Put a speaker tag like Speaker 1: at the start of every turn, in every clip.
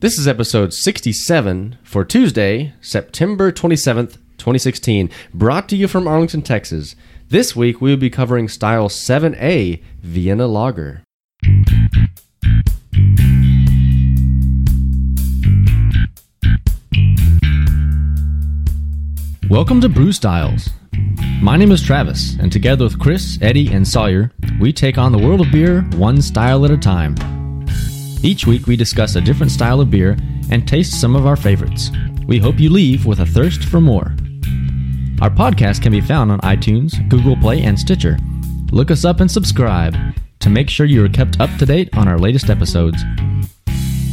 Speaker 1: This is episode 67 for Tuesday, September 27th, 2016, brought to you from Arlington, Texas. This week we will be covering style 7A Vienna Lager. Welcome to Brew Styles. My name is Travis, and together with Chris, Eddie, and Sawyer, we take on the world of beer one style at a time. Each week, we discuss a different style of beer and taste some of our favorites. We hope you leave with a thirst for more. Our podcast can be found on iTunes, Google Play, and Stitcher. Look us up and subscribe to make sure you are kept up to date on our latest episodes.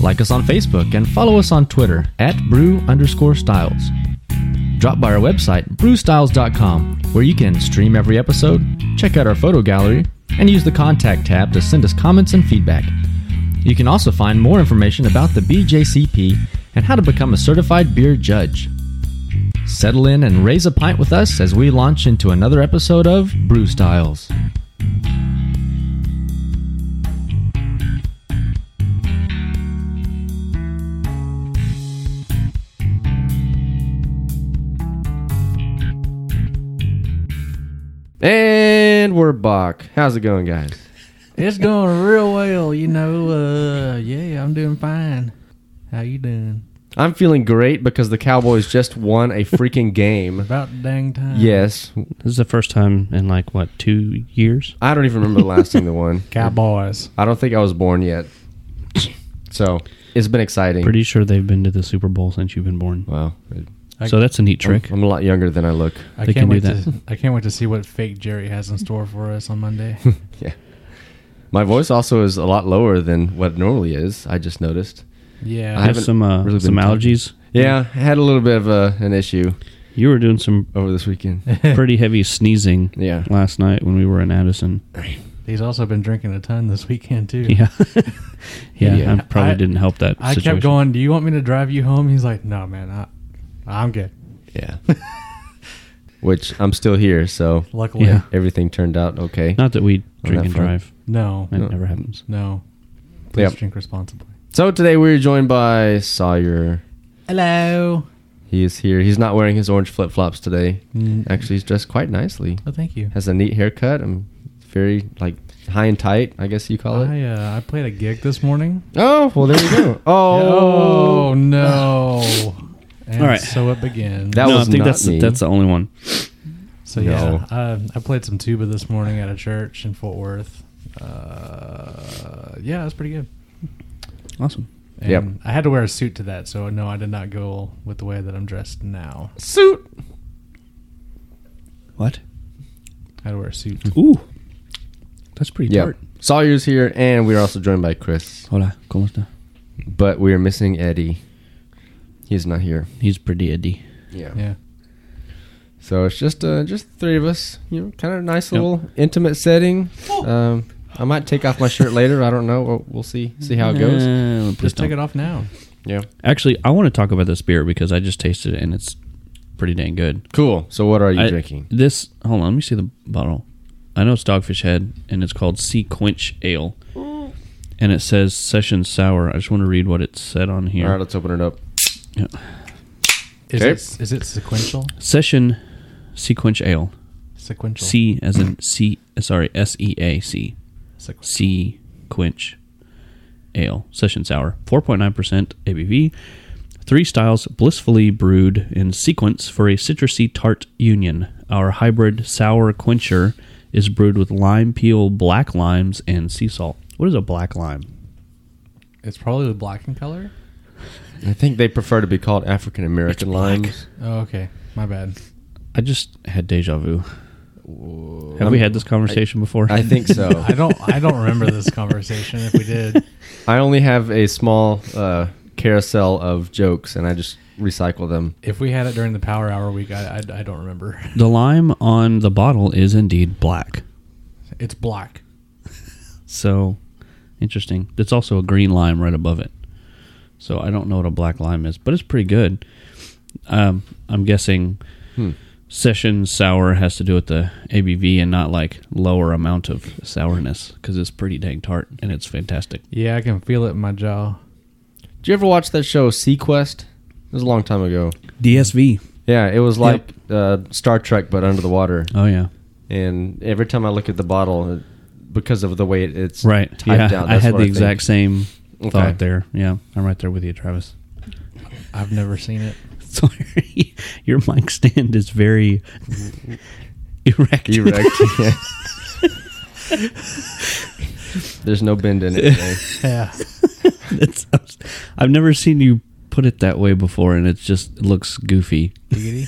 Speaker 1: Like us on Facebook and follow us on Twitter at brew underscore styles. Drop by our website, brewstyles.com, where you can stream every episode, check out our photo gallery, and use the contact tab to send us comments and feedback. You can also find more information about the BJCP and how to become a certified beer judge. Settle in and raise a pint with us as we launch into another episode of Brew Styles. And we're back. How's it going, guys?
Speaker 2: It's going real well, you know. Uh, yeah, I'm doing fine. How you doing?
Speaker 1: I'm feeling great because the Cowboys just won a freaking game.
Speaker 2: About dang time.
Speaker 1: Yes.
Speaker 3: This is the first time in like what two years?
Speaker 1: I don't even remember the last thing they won.
Speaker 2: Cowboys.
Speaker 1: I don't think I was born yet. So it's been exciting.
Speaker 3: Pretty sure they've been to the Super Bowl since you've been born.
Speaker 1: wow.
Speaker 2: I-
Speaker 3: so that's a neat trick.
Speaker 1: I'm a lot younger than I look.
Speaker 2: I
Speaker 3: They
Speaker 2: can't
Speaker 3: can
Speaker 2: wait
Speaker 3: do
Speaker 2: to I can't wait to see what fake Jerry has in store for us on Monday.
Speaker 1: My voice also is a lot lower than what it normally is. I just noticed.
Speaker 2: Yeah.
Speaker 1: I
Speaker 3: I have
Speaker 1: haven't
Speaker 3: some uh,
Speaker 1: really been
Speaker 3: some
Speaker 1: talking.
Speaker 3: allergies.
Speaker 1: Yeah, I had a little bit of a, an issue
Speaker 3: You were doing some
Speaker 1: over this weekend.
Speaker 3: pretty heavy sneezing
Speaker 1: Yeah.
Speaker 3: last night when we were in Addison.
Speaker 2: He's also been drinking a ton this weekend too.
Speaker 3: Yeah, yeah,
Speaker 1: Yeah.
Speaker 3: I probably
Speaker 2: I-
Speaker 3: didn't help that.
Speaker 2: I
Speaker 3: situation.
Speaker 2: kept going, Do you want me to drive you home? He's like, No man, I I'm good.
Speaker 1: Yeah. Which I'm still here, so
Speaker 2: Luckily.
Speaker 3: Yeah.
Speaker 1: everything turned out okay.
Speaker 3: Not that we
Speaker 1: On
Speaker 3: drink
Speaker 1: that
Speaker 3: and
Speaker 1: front.
Speaker 3: drive.
Speaker 2: No.
Speaker 3: That
Speaker 1: No.
Speaker 3: never happens.
Speaker 2: No. Please
Speaker 1: Yep.
Speaker 2: drink responsibly.
Speaker 1: So today we're joined by Sawyer.
Speaker 2: Hello.
Speaker 1: He is here. He's not wearing his orange flip flops today.
Speaker 2: Mm.
Speaker 1: Actually, he's dressed quite nicely.
Speaker 2: Oh thank you.
Speaker 1: Has a neat haircut. I'm very like high and tight. I guess you call it.
Speaker 2: I uh, I played a gig this morning.
Speaker 1: Oh well, there you go. Oh,
Speaker 2: Oh no! And
Speaker 3: All right.
Speaker 2: so it begins.
Speaker 1: That
Speaker 3: no,
Speaker 1: was
Speaker 3: I think
Speaker 1: not
Speaker 3: that's
Speaker 1: me.
Speaker 3: that's the only one.
Speaker 2: so
Speaker 1: No.
Speaker 2: yeah, I, I played some tuba this morning at a church in Fort Worth. Uh, yeah, it was pretty good.
Speaker 3: Awesome.
Speaker 2: And
Speaker 1: Yep.
Speaker 2: I had to wear a suit to that, so no, I did not go with the way that I'm dressed now.
Speaker 1: suit.
Speaker 3: What?
Speaker 2: I had to wear a suit.
Speaker 3: Ooh, that's pretty
Speaker 1: Yeah,
Speaker 3: tart.
Speaker 1: Sawyer's here, and we are also joined by Chris.
Speaker 3: Hola, cómo está?
Speaker 1: But we are missing Eddie. He's not here.
Speaker 3: He's pretty eddy.
Speaker 2: Yeah,
Speaker 1: So it's just uh, just the three of us. You know, kind of nice little intimate setting. Um, I might take off my shirt later. I don't know. We'll, we'll see see how it goes.
Speaker 3: Uh, please
Speaker 2: just
Speaker 3: don't.
Speaker 2: take it off now.
Speaker 1: Yeah.
Speaker 3: Actually, I want to talk about this beer because I just tasted it and it's pretty dang good.
Speaker 1: Cool. So what are you
Speaker 3: I-
Speaker 1: drinking?
Speaker 3: This, hold on, let me see the bottle. I know it's Dogfish Head and it's called Sea Quench Ale. And it says Session Sour. I just want to read what it said on here.
Speaker 1: All right, let's open it up.
Speaker 2: Is
Speaker 1: Okay.
Speaker 2: it is it sequential?
Speaker 3: Session Sequench Ale.
Speaker 2: Sequential.
Speaker 3: C as in C, sorry, S E A C.
Speaker 2: Sequ-
Speaker 3: Sea Quench Ale, Session Sour, 4.9% ABV, three styles blissfully brewed in sequence for a citrusy tart union. Our hybrid sour quencher is brewed with lime peel, black limes, and sea salt. What is a black lime?
Speaker 2: It's probably with black in color.
Speaker 1: I think they prefer to be called African American limes.
Speaker 2: Oh, okay, my bad.
Speaker 3: I just had deja vu. Have we had this conversation before?
Speaker 1: I think so.
Speaker 2: I don't I don't remember this conversation. If we did,
Speaker 1: I only have a small uh, carousel of jokes, and I just recycle them.
Speaker 2: if we had it during the power hour week, I I, I don't remember.
Speaker 3: the lime on the bottle is indeed black.
Speaker 2: It's black.
Speaker 3: So interesting. It's also a green lime right above it. So I don't know what a black lime is, but it's pretty good. Um, I'm guessing
Speaker 4: Hmm.
Speaker 3: session sour has to do with the ABV and not like lower amount of sourness because it's pretty dang tart and it's fantastic.
Speaker 2: Yeah, I can feel it in my jaw.
Speaker 4: Did you ever watch that show Sequest? It was a long time ago.
Speaker 3: DSV.
Speaker 4: Yeah, it was like uh, Star Trek but under the water.
Speaker 3: Oh yeah,
Speaker 4: And every time I look at the bottle, it, because of the way it, it's
Speaker 3: right.
Speaker 4: typed
Speaker 3: Yeah,
Speaker 4: out,
Speaker 3: I
Speaker 4: that's
Speaker 3: had
Speaker 4: what
Speaker 3: the
Speaker 4: think.
Speaker 3: exact same
Speaker 4: Okay.
Speaker 3: thought there. Yeah, I'm right there with you, Travis.
Speaker 2: I've never seen it.
Speaker 3: Sorry, your mic stand is very erect.
Speaker 4: Erect. yeah. There's no bend in it. today.
Speaker 2: Yeah.
Speaker 3: That's- I've never seen you put it that way before, and it just looks goofy.
Speaker 2: Giggity.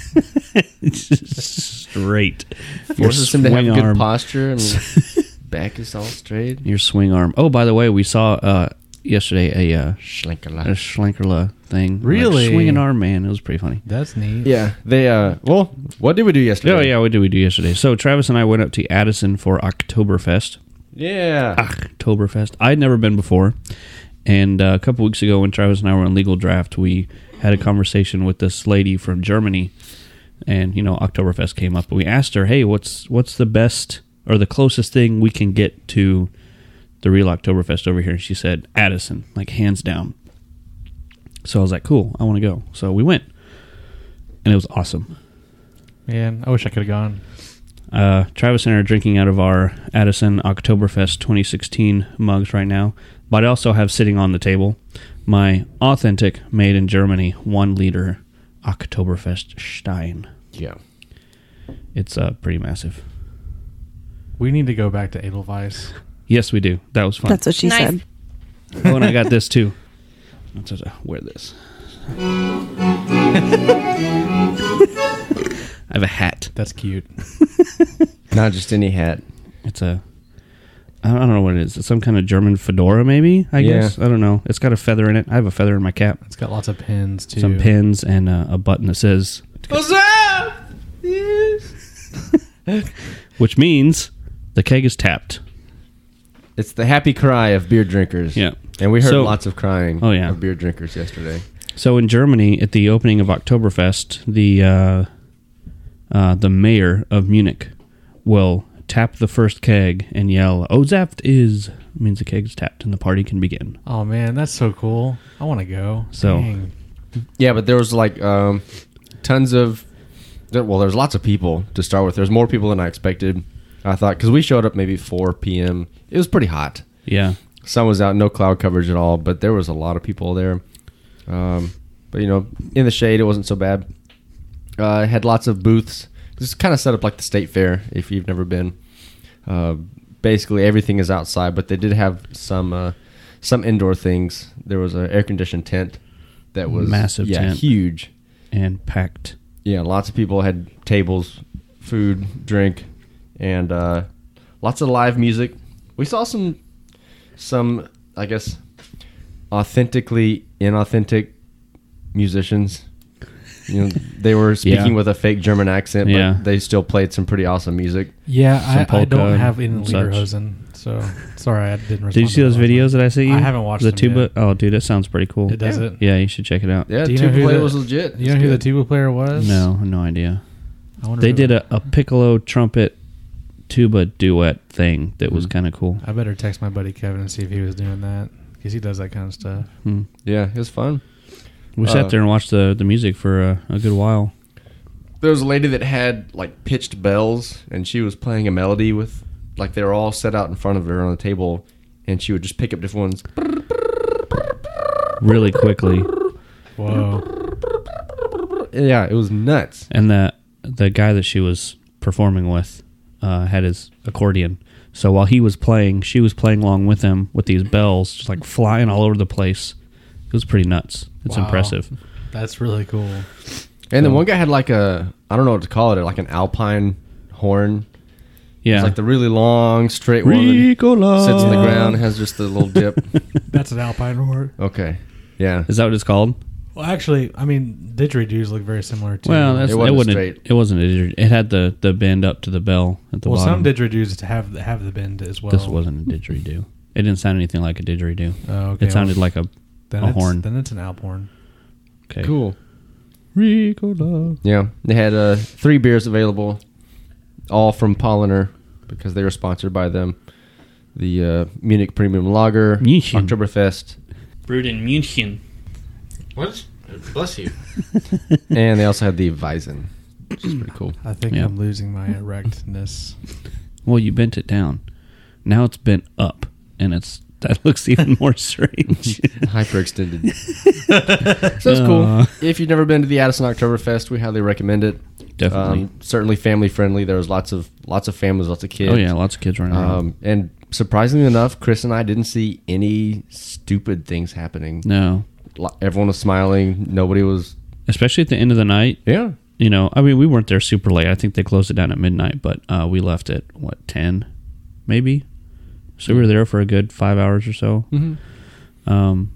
Speaker 3: it's just straight. Your
Speaker 4: Forces him to have
Speaker 3: swing
Speaker 4: good
Speaker 3: arm.
Speaker 4: posture. And back is all straight.
Speaker 3: Your swing arm. Oh, by the way, we saw uh, yesterday a, uh, a
Speaker 4: Schlenkerla.
Speaker 3: Schlenkerla thing.
Speaker 2: Really?
Speaker 3: Like swinging arm man. It was pretty funny.
Speaker 2: That's neat.
Speaker 4: Yeah, they. uh Well, what did we do yesterday?
Speaker 3: Oh, yeah, what did we do yesterday? So Travis and I went up to Addison for Oktoberfest.
Speaker 4: yeah.
Speaker 3: Ah. Oktoberfest. I'd never been before. And uh, a couple weeks ago, when Travis and I were on legal draft, we had a conversation with this lady from Germany, and you know, Oktoberfest came up. We asked her, "Hey, what's what's the best or the closest thing we can get to the real Oktoberfest over here?" And she said, "Addison, like hands down." So I was like, "Cool, I want to go." So we went, and it was awesome.
Speaker 2: Man, I wish I could have gone.
Speaker 3: Uh, Travis and I are drinking out of our Addison Oktoberfest 2016 mugs right now, but I also have sitting on the table my authentic, made in Germany, one liter Oktoberfest Stein.
Speaker 4: Yeah.
Speaker 3: It's uh, pretty massive.
Speaker 2: We need to go back to Edelweiss.
Speaker 3: Yes, we do. That was fun.
Speaker 5: That's what she
Speaker 6: Nice.
Speaker 5: said.
Speaker 3: oh, and I got this too. I'm supposed to wear this. I have a hat.
Speaker 2: That's cute.
Speaker 4: Not just any hat.
Speaker 3: It's a. I don't know what it is. It's some kind of German fedora, maybe. I
Speaker 4: Yeah.
Speaker 3: guess I don't know. It's got a feather in it. I have a feather in my cap.
Speaker 2: It's got lots of pins too.
Speaker 3: some pins and uh, a button that says
Speaker 4: What's up? Yes.
Speaker 3: which means the keg is tapped
Speaker 4: It's the happy cry of beer drinkers.
Speaker 3: Yeah.
Speaker 4: And we heard
Speaker 3: So-
Speaker 4: lots of crying
Speaker 3: Oh, yeah.
Speaker 4: of beer drinkers yesterday.
Speaker 3: so in germany at the opening of oktoberfest the uh, uh, the mayor of munich will tap the first keg and yell oh zaft is means the keg is tapped and the party can begin
Speaker 2: Oh man, that's so cool. I want to go.
Speaker 3: So-
Speaker 2: Dang.
Speaker 4: Yeah, but there was like um, tons of. there- Well, there's lots of people to start with. There's more people than I expected. I thought because we showed up maybe 4 p.m. It was pretty hot.
Speaker 3: yeah
Speaker 4: Sun was out, no cloud coverage at all, but there was a lot of people there. Um, but you know, in the shade, it wasn't so bad. Uh, it had lots of booths. It's kind of set up like the state fair if you've never been. Uh, basically, everything is outside, but they did have some uh, some indoor things. There was an air conditioned tent that was
Speaker 3: Massive
Speaker 4: yeah,
Speaker 3: tent.
Speaker 4: huge.
Speaker 3: and packed
Speaker 4: Yeah, lots of people had tables, food, drink, and uh, lots of live music. We saw some, some I guess, authentically inauthentic musicians. You know, they were speaking with a fake German accent, but
Speaker 3: Yeah.
Speaker 4: they still played some pretty awesome music.
Speaker 2: Yeah,
Speaker 3: Some
Speaker 2: I, I
Speaker 3: polka
Speaker 2: don't have in
Speaker 3: and such.
Speaker 2: Lederhosen, so sorry I didn't. Respond
Speaker 3: did you see
Speaker 2: to
Speaker 3: those
Speaker 2: that last
Speaker 3: videos
Speaker 2: time.
Speaker 3: that i sent you
Speaker 2: I haven't watched
Speaker 3: the
Speaker 2: them
Speaker 3: tuba
Speaker 2: yet.
Speaker 3: oh dude that sounds pretty cool
Speaker 2: It does it.
Speaker 3: yeah you should check it out
Speaker 4: Yeah,
Speaker 2: Do you
Speaker 4: tuba
Speaker 2: know who
Speaker 4: play
Speaker 2: the-
Speaker 4: was legit.
Speaker 2: You know
Speaker 4: It's
Speaker 2: who the
Speaker 4: good.
Speaker 2: tuba player was?
Speaker 3: no no idea
Speaker 2: I wonder
Speaker 3: They
Speaker 2: who-
Speaker 3: did a, a piccolo trumpet tuba duet thing that
Speaker 2: Mm-hmm.
Speaker 3: was kind of cool.
Speaker 2: I better text my buddy Kevin and see if he was doing that because he does that kind of stuff.
Speaker 3: Hmm.
Speaker 4: Yeah, it was fun.
Speaker 3: We
Speaker 4: Uh,
Speaker 3: sat there and watched the, the music for a, a good while.
Speaker 4: There was a lady that had like pitched bells, and she was playing a melody with, like they were all set out in front of her on the table, and she would just pick up different ones.
Speaker 3: Really quickly,
Speaker 2: Whoa!
Speaker 4: Yeah, it was nuts.
Speaker 3: and the the guy that she was performing with uh, had his accordion. So while he was playing, she was playing along with him with these bells, just like flying all over the place. It was pretty nuts. It's
Speaker 2: Wow.
Speaker 3: impressive.
Speaker 2: That's really cool.
Speaker 4: And then one guy had like a I don't know what to call it, like an alpine horn.
Speaker 3: Yeah,
Speaker 4: It's like the really long, straight one that
Speaker 3: Ricola.
Speaker 4: sits on the ground, has just the little dip.
Speaker 2: That's an alpine horn.
Speaker 4: okay. Yeah.
Speaker 3: Is that what it's called?
Speaker 2: Well, actually, I mean, didgeridoos look very similar to.
Speaker 3: Well, that's,
Speaker 4: It
Speaker 3: it
Speaker 4: wasn't
Speaker 3: wasn't. It wasn't, a,
Speaker 4: straight.
Speaker 3: it It had the the bend up to the bell at the
Speaker 2: well, some
Speaker 3: bottom.
Speaker 2: didgeridoos have have the bend as well.
Speaker 3: this wasn't a didgeridoo. It didn't sound anything like a didgeridoo.
Speaker 2: Oh, okay.
Speaker 3: it sounded like a
Speaker 2: then
Speaker 3: a
Speaker 2: it's-
Speaker 3: horn.
Speaker 2: Then it's an alp horn.
Speaker 3: okay.
Speaker 4: Cool.
Speaker 3: Ricola.
Speaker 4: Yeah. They had uh, three beers available, all from Polliner because they were sponsored by them. The uh, Munich Premium Lager,
Speaker 3: Munich.
Speaker 4: Oktoberfest,
Speaker 7: Brewed in München.
Speaker 8: What? Bless you.
Speaker 4: and they also had the Weizen, which is pretty cool.
Speaker 2: I think
Speaker 3: Yeah.
Speaker 2: I'm losing my erectness.
Speaker 3: Well, you bent it down. Now it's bent up, and it's that looks even more strange.
Speaker 4: Hyperextended. so it's cool.
Speaker 3: Uh.
Speaker 4: if you've never been to the Addison Oktoberfest, we highly recommend it.
Speaker 3: Definitely.
Speaker 4: Um, certainly family friendly. There was lots of lots of families, lots of kids.
Speaker 3: oh yeah, lots of kids running around.
Speaker 4: Um, and surprisingly enough, Chris and I didn't see any stupid things happening.
Speaker 3: no,
Speaker 4: Lo- Everyone was smiling. Nobody was.
Speaker 3: especially at the end of the night.
Speaker 4: Yeah.
Speaker 3: You know, I mean, we weren't there super late. I think they closed it down at midnight, but uh, we left at what ten, maybe. So we were there for a good five hours or so.
Speaker 4: Mm-hmm.
Speaker 3: Um,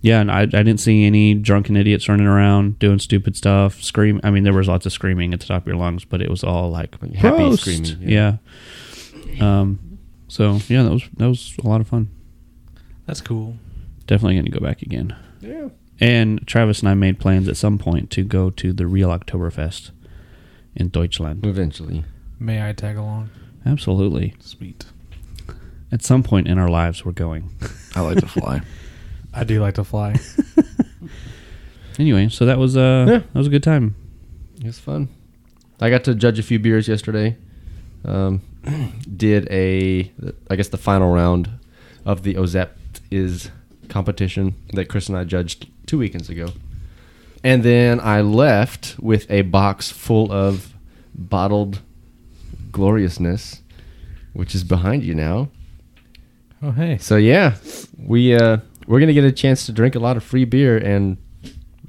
Speaker 3: yeah, and I, I didn't see any drunken idiots running around doing stupid stuff, scream. I mean, there was lots of screaming at the top of your lungs, but it was all like
Speaker 4: Like happy
Speaker 3: "Prost!"
Speaker 4: screaming,
Speaker 3: Yeah. Um. So yeah, that was that was a lot of fun.
Speaker 2: That's cool.
Speaker 3: Definitely going to go back again. Yeah. And Travis and I made plans at some point to go to the real Oktoberfest in Deutschland.
Speaker 4: Eventually.
Speaker 2: May I tag along?
Speaker 3: Absolutely.
Speaker 2: Sweet.
Speaker 3: At some point in our lives, we're going.
Speaker 8: I like to fly.
Speaker 2: I do like to fly.
Speaker 3: Anyway, so that was uh
Speaker 4: Yeah.
Speaker 3: that was a good time.
Speaker 4: It was fun. I got to judge a few beers yesterday. Um, did a, I guess the final round of the OZEP is competition that Chris and I judged two weekends ago. And then I left with a box full of bottled gloriousness, which is behind you now.
Speaker 2: oh hey,
Speaker 4: So yeah, we uh, we're gonna get a chance to drink a lot of free beer, and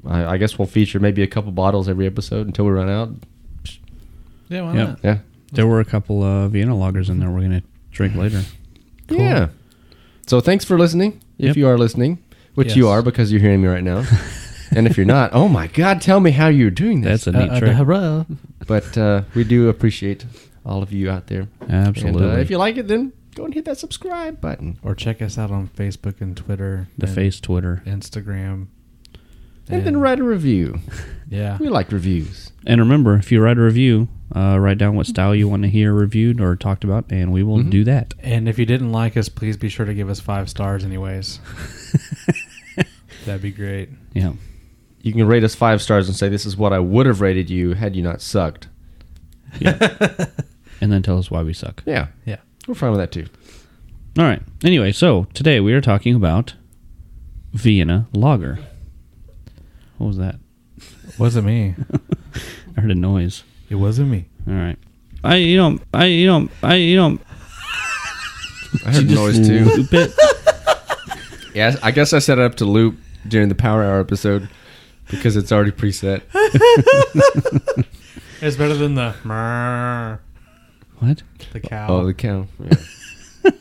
Speaker 4: I, I guess we'll feature maybe a couple bottles every episode until we run out.
Speaker 2: yeah, why
Speaker 3: Yep.
Speaker 2: not?
Speaker 4: Yeah.
Speaker 3: There were a couple uh, Vienna lagers in there we're going to drink later.
Speaker 4: Yeah. So thanks for listening.
Speaker 3: Yep.
Speaker 4: If you are listening, which you
Speaker 2: Yes.
Speaker 4: are because you're hearing me right now. and if you're not, oh my God, tell me how you're doing this.
Speaker 3: That's a neat
Speaker 2: Uh, uh,
Speaker 3: trick.
Speaker 2: hurrah.
Speaker 4: but uh, we do appreciate all of you out there. And,
Speaker 3: Absolutely.
Speaker 4: uh, if you like it, then go and hit that subscribe button.
Speaker 2: Or check us out on Facebook and Twitter,
Speaker 3: the
Speaker 2: and
Speaker 3: face Twitter.
Speaker 2: Instagram,
Speaker 4: And, then write a review.
Speaker 2: Yeah,
Speaker 4: We like reviews.
Speaker 3: And remember, if you write a review, uh, write down what style you want to hear reviewed or talked about, and we will do that.
Speaker 2: and if you didn't like us, please be sure to give us five stars, anyways. That'd be great.
Speaker 3: Yeah.
Speaker 4: You can rate us five stars and say, This is what I would have rated you had you not sucked.
Speaker 3: And then tell us why we suck.
Speaker 4: Yeah.
Speaker 2: Yeah.
Speaker 4: We're fine with that too.
Speaker 3: All right. Anyway, so today we are talking about Vienna lager. What was that?
Speaker 2: Wasn't me.
Speaker 3: I heard a noise.
Speaker 2: It wasn't me.
Speaker 3: All right. I you know I you know I you know
Speaker 4: I heard noise too.
Speaker 3: loop it.
Speaker 4: Yeah, I guess I set it up to loop during the Power Hour episode because it's already preset.
Speaker 2: It's better than the mrrr,
Speaker 3: What?
Speaker 2: the cow.
Speaker 4: Oh, the cow. Yeah.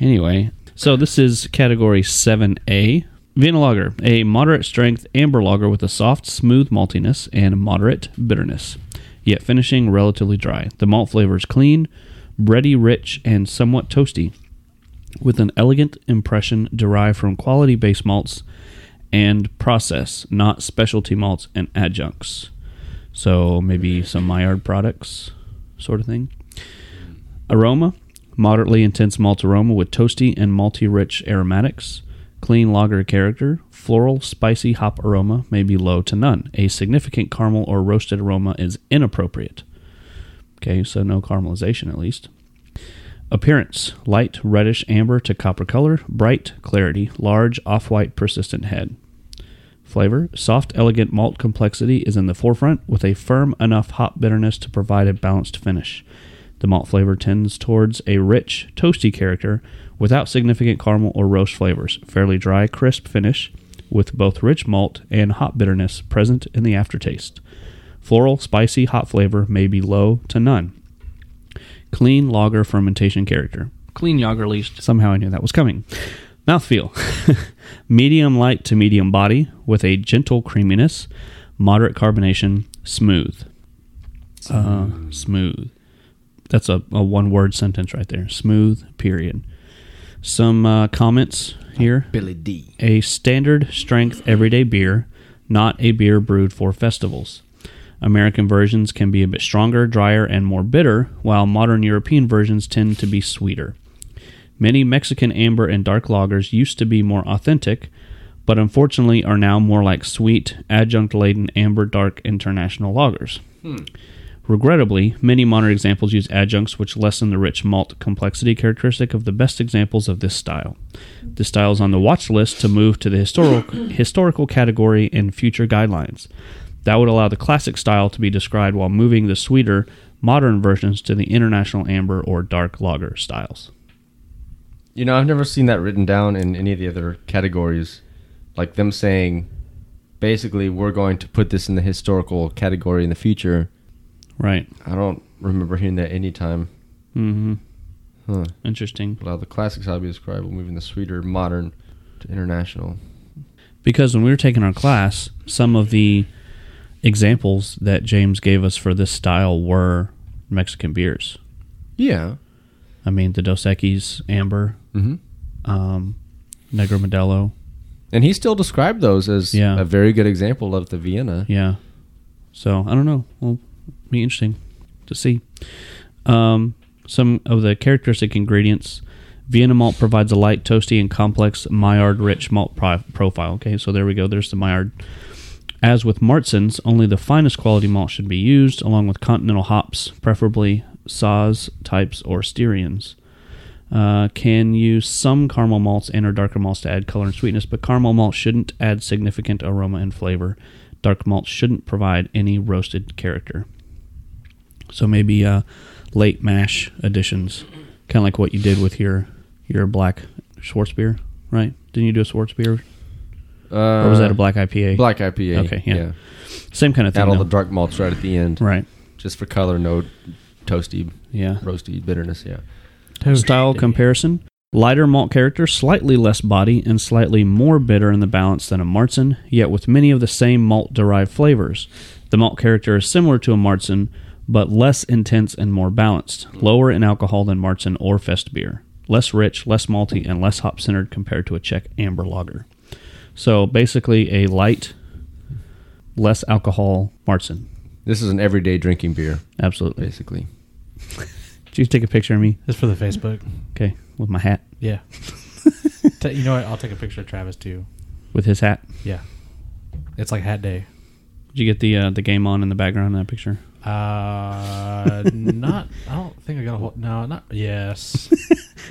Speaker 3: Anyway, so this is category 7A. Vienna lager, a moderate strength amber lager with a soft, smooth maltiness and moderate bitterness, yet finishing relatively dry. The malt flavor is clean, bready, rich, and somewhat toasty, with an elegant impression derived from quality base malts and process, not specialty malts and adjuncts. So maybe some Maillard products, sort of thing. Aroma moderately intense malt aroma with toasty and malty rich aromatics. Clean lager character. Floral, spicy hop aroma may be low to none. A significant caramel or roasted aroma is inappropriate. Okay, so no caramelization at least. Appearance light reddish amber to copper color, bright clarity, large off white persistent head. Flavor soft, elegant malt complexity is in the forefront with a firm enough hop bitterness to provide a balanced finish. The malt flavor tends towards a rich, toasty character without significant caramel or roast flavors. Fairly dry, crisp finish with both rich malt and hop bitterness present in the aftertaste. Floral, spicy, hop flavor may be low to none. Clean lager fermentation character. Clean lager yeast. Somehow I knew that was coming. Mouthfeel. medium light to medium body with a gentle creaminess, moderate carbonation, smooth. Uh, smooth. That's a, a one word sentence right there. Smooth, period. Some uh, comments here.
Speaker 4: Billy D.
Speaker 3: A standard strength everyday beer, not a beer brewed for festivals. American versions can be a bit stronger, drier, and more bitter, while modern European versions tend to be sweeter. Many Mexican amber and dark lagers used to be more authentic, but unfortunately are now more like sweet, adjunct laden amber dark international lagers. Regrettably, many modern examples use adjuncts which lessen the rich malt complexity characteristic of the best examples of this style. This style is on the watch list to move to the historical historical category in future guidelines. That would allow the classic style to be described while moving the sweeter modern versions to the international amber or dark lager styles.
Speaker 4: You know, I've never seen that written down in any of the other categories. Like them saying, basically, we're going to put this in the historical category in the future.
Speaker 3: Right.
Speaker 4: I don't remember hearing that any time.
Speaker 3: Mm-hmm.
Speaker 4: Huh.
Speaker 3: Interesting.
Speaker 4: Allow the classics how to be described, we're moving the sweeter modern to international.
Speaker 3: Because when we were taking our class, some of the examples that James gave us for this style were Mexican beers.
Speaker 4: Yeah.
Speaker 3: I mean, the Dos Equis, Amber,
Speaker 4: Mm-hmm.
Speaker 3: um, Negro Modelo.
Speaker 4: And he still described those as
Speaker 3: Yeah.
Speaker 4: a very good example of the Vienna.
Speaker 3: Yeah. So I don't know. Well, be interesting to see. Um, some of the characteristic ingredients. Vienna malt provides a light, toasty, and complex Maillard rich malt pro- profile. Okay, so there we go. There's the Maillard. As with Martzens, only the finest quality malt should be used, along with continental hops, preferably Saz types or Styrians. Uh, can use some caramel malts and or darker malts to add color and sweetness, but caramel malt shouldn't add significant aroma and flavor. Dark malt shouldn't provide any roasted character. So maybe uh, late mash additions, kind of like what you did with your your black Schwarzbier, right? Didn't you do a Schwarzbier,
Speaker 4: Uh,
Speaker 3: or was that a black IPA?
Speaker 4: Black IPA.
Speaker 3: Okay, yeah. Same kind of thing.
Speaker 4: Add all
Speaker 3: though.
Speaker 4: the dark malts right at the end,
Speaker 3: right.
Speaker 4: just for color, no toasty,
Speaker 3: Yeah.
Speaker 4: roasty bitterness. Yeah.
Speaker 3: style comparison. Lighter malt character, slightly less body, and slightly more bitter in the balance than a Martzen, yet with many of the same malt derived flavors. The malt character is similar to a Martzen, but less intense and more balanced, lower in alcohol than Martzen or Fest beer, less rich, less malty, and less hop centered compared to a Czech amber lager. So basically, a light, less alcohol Martzen.
Speaker 4: This is an everyday drinking beer,
Speaker 3: Absolutely.
Speaker 4: basically.
Speaker 3: Did you take a picture of me?
Speaker 2: It's for the Facebook.
Speaker 3: Okay, with my hat,
Speaker 2: Yeah. Ta- you know what? I'll take a picture of Travis too.
Speaker 3: with his hat.
Speaker 2: Yeah. It's like hat day.
Speaker 3: Did you get the uh, the game on in the background in that picture?
Speaker 2: Uh, not. I don't think I got a whole. No, not. Yes.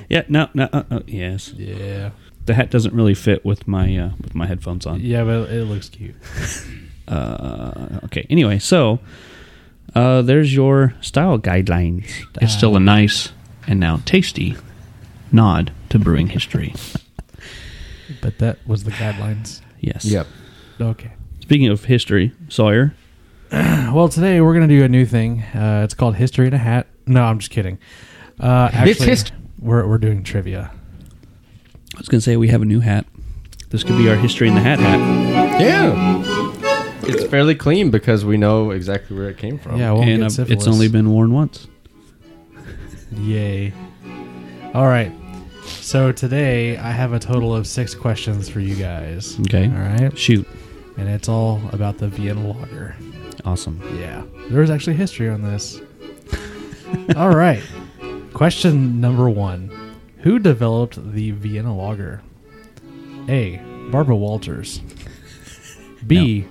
Speaker 3: Yeah, no, no, uh, uh, yes.
Speaker 2: yeah.
Speaker 3: The hat doesn't really fit with my uh, with my headphones on.
Speaker 2: Yeah, but it looks cute.
Speaker 3: Uh, okay. Anyway, so uh, there's your style guidelines.
Speaker 2: It's still
Speaker 3: a nice and now tasty nod to brewing history.
Speaker 2: But that was the guidelines.
Speaker 3: Yes.
Speaker 4: Yep.
Speaker 2: Okay.
Speaker 3: Speaking of history, Sawyer.
Speaker 2: Well, today we're gonna do a new thing. Uh, it's called History in a Hat. No, I'm just kidding. Uh, actually,
Speaker 4: hist-
Speaker 2: we're we're doing trivia.
Speaker 3: I was gonna say we have a new hat. This could be our history in the hat hat.
Speaker 4: Yeah. It's fairly clean because we know exactly where it came from.
Speaker 2: Yeah, I won't
Speaker 3: and
Speaker 2: get
Speaker 3: uh,
Speaker 2: Oh, syphilis.
Speaker 3: it's only been worn once.
Speaker 2: Yay. All right. So today I have a total of six questions for you guys.
Speaker 3: Okay.
Speaker 2: All right.
Speaker 3: Shoot.
Speaker 2: And it's all about the Vienna lager.
Speaker 3: Awesome.
Speaker 2: Yeah. There's actually history on this. all right. Question number one Who developed the Vienna lager? A. Barbara Walters. B.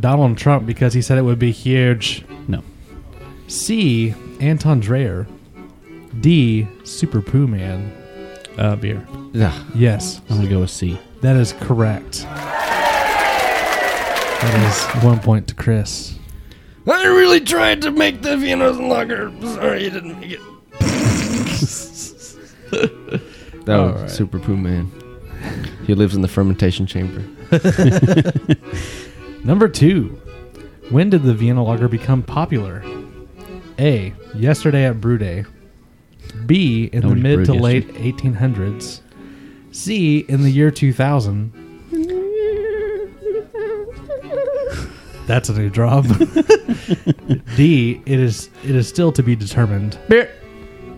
Speaker 2: Donald Trump because he said it would be huge.
Speaker 3: No.
Speaker 2: C. Anton Dreyer. D. Super Poo Man.
Speaker 3: Uh, beer.
Speaker 4: Yeah.
Speaker 2: Yes,
Speaker 3: I'm gonna go with C.
Speaker 2: that is correct. That is one point to Chris.
Speaker 4: I really tried to make the Vienna lager. Sorry, you didn't make it. that was
Speaker 2: Alright.
Speaker 4: Super Poo Man. He lives in the fermentation chamber.
Speaker 2: Number two. When did the Vienna lager become popular? A. Yesterday at Brew Day. B. In
Speaker 3: Nobody
Speaker 2: the mid
Speaker 3: brewed
Speaker 2: to late
Speaker 3: yesterday.
Speaker 2: 1800s. C. In the year 2000. That's a new drop. D. It is. It is still to be determined.
Speaker 4: Beer.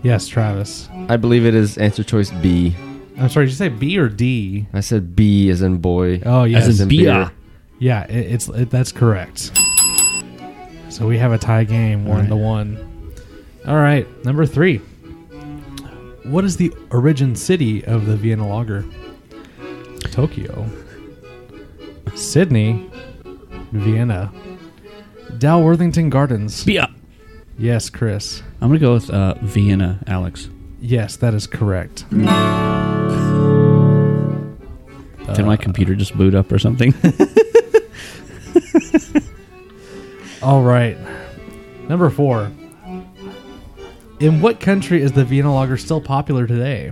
Speaker 2: Yes, Travis.
Speaker 4: I believe it is answer choice B.
Speaker 2: I'm sorry. Did you say B or D?
Speaker 4: I said B as in boy.
Speaker 2: Oh, yes.
Speaker 4: As in beer.
Speaker 2: Yeah, it, it's it, that's correct. So we have a tie game, one to one. All right, number three. What is the origin city of the Vienna Lager? Tokyo. Sydney, Vienna, Dow Worthington Gardens.
Speaker 3: Bia.
Speaker 2: Yes, Chris.
Speaker 3: I'm gonna go with uh, Vienna, Alex.
Speaker 2: Yes, that is correct.
Speaker 3: Did my computer just boot up or something?
Speaker 2: All right. Number four. In what country is the Vienna lager still popular today?